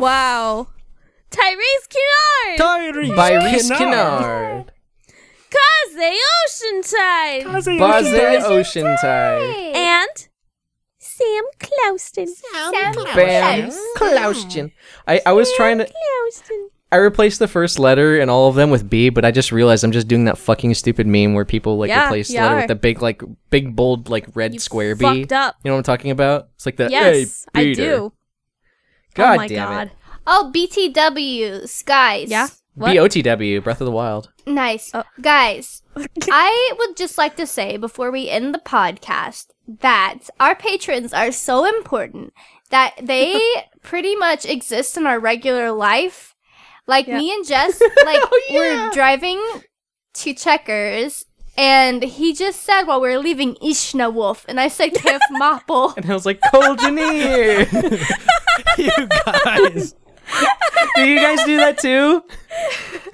Speaker 2: Wow. Tyrese Kinnard!
Speaker 1: Tyrese
Speaker 4: Byris Kennard.
Speaker 2: Kaze Oceantide!
Speaker 4: Baze Oceantide.
Speaker 2: And Sam Clauston.
Speaker 4: Bam. Klaustian. I, I was trying to. I replaced the first letter in all of them with B, but I just realized I'm just doing that fucking stupid meme where people like
Speaker 2: Yeah,
Speaker 4: replace the
Speaker 2: you
Speaker 4: letter
Speaker 2: are.
Speaker 4: with the big, like, big bold, like, red square B.
Speaker 2: fucked up.
Speaker 4: You know what I'm talking about? It's like the.
Speaker 2: Yes,
Speaker 4: hey,
Speaker 2: I
Speaker 4: Peter.
Speaker 2: do.
Speaker 4: God
Speaker 2: oh my
Speaker 4: damn
Speaker 2: god.
Speaker 4: it.
Speaker 3: Oh, BTWs, guys.
Speaker 2: Yeah? What?
Speaker 4: BOTW, Breath of the Wild.
Speaker 3: Nice.
Speaker 4: Oh.
Speaker 3: Guys, I would just like to say before we end the podcast that our patrons are so important that they pretty much exist in our regular life. Like
Speaker 2: Yeah.
Speaker 3: me and Jess,
Speaker 4: Oh,
Speaker 3: like we're driving to Checkers and he just said while we were leaving Ishna Wolf and I said Kif Maple.
Speaker 4: And I was like, Colgineer!
Speaker 1: you guys.
Speaker 4: do you guys do that too?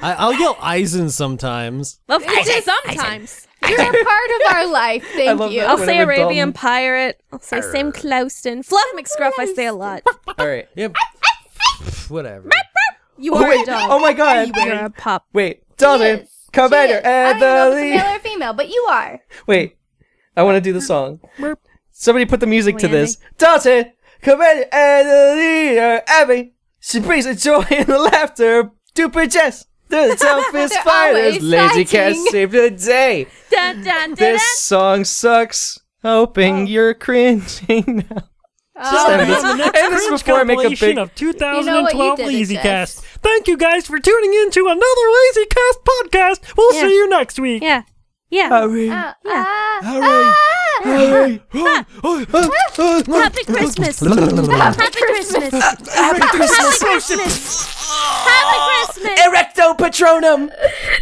Speaker 1: I, I'll yell Eisen sometimes.
Speaker 2: Of course, sometimes.
Speaker 3: You're a part of our life. Thank
Speaker 4: love
Speaker 3: you.
Speaker 4: that.
Speaker 2: I'll say
Speaker 4: Whenever
Speaker 2: Arabian
Speaker 4: Dalton-
Speaker 2: Pirate. I'll say Sam Clauston. Fluff McScruff, I say a lot.
Speaker 4: All right.
Speaker 1: Yep. Whatever.
Speaker 2: You are a
Speaker 4: Wait,
Speaker 2: dog.
Speaker 4: oh my god.
Speaker 2: You're a pup.
Speaker 4: Wait, Dalton,
Speaker 3: Yes,
Speaker 4: come
Speaker 3: She
Speaker 4: at
Speaker 3: is.
Speaker 4: her,
Speaker 3: I don't know if it's
Speaker 4: Annalie.
Speaker 3: male or female, but you are.
Speaker 4: Wait, I want to do the song. Somebody put the music to this. Dalton, come at her, Annalie, or uh, Abby. She brings the joy and the laughter. Stupid Jess. They're the toughest
Speaker 3: They're
Speaker 4: fighters.
Speaker 3: always
Speaker 4: Lazy Cat
Speaker 3: fighting.
Speaker 4: saved the day.
Speaker 2: Dun, dun, dun,
Speaker 4: This
Speaker 2: dun.
Speaker 4: song sucks. Hoping you're cringing now.
Speaker 3: Oh,
Speaker 4: And this, and this before I make a big.
Speaker 1: of
Speaker 3: You know
Speaker 1: 2012
Speaker 3: what? You did it,
Speaker 1: Lazy
Speaker 3: Jess.
Speaker 1: Cast. Thank you guys for tuning in to another Lazy Cast podcast. We'll
Speaker 2: Yeah.
Speaker 1: see you next week.
Speaker 2: Yeah.
Speaker 1: Yeah.
Speaker 4: Mm.
Speaker 3: Uh,
Speaker 2: Ah,
Speaker 1: Yeah.
Speaker 2: ah,
Speaker 3: Hurry! Hurry!
Speaker 1: Happy Christmas. Happy Christmas. Happy Christmas. Happy Christmas.
Speaker 4: Erecto Patronum!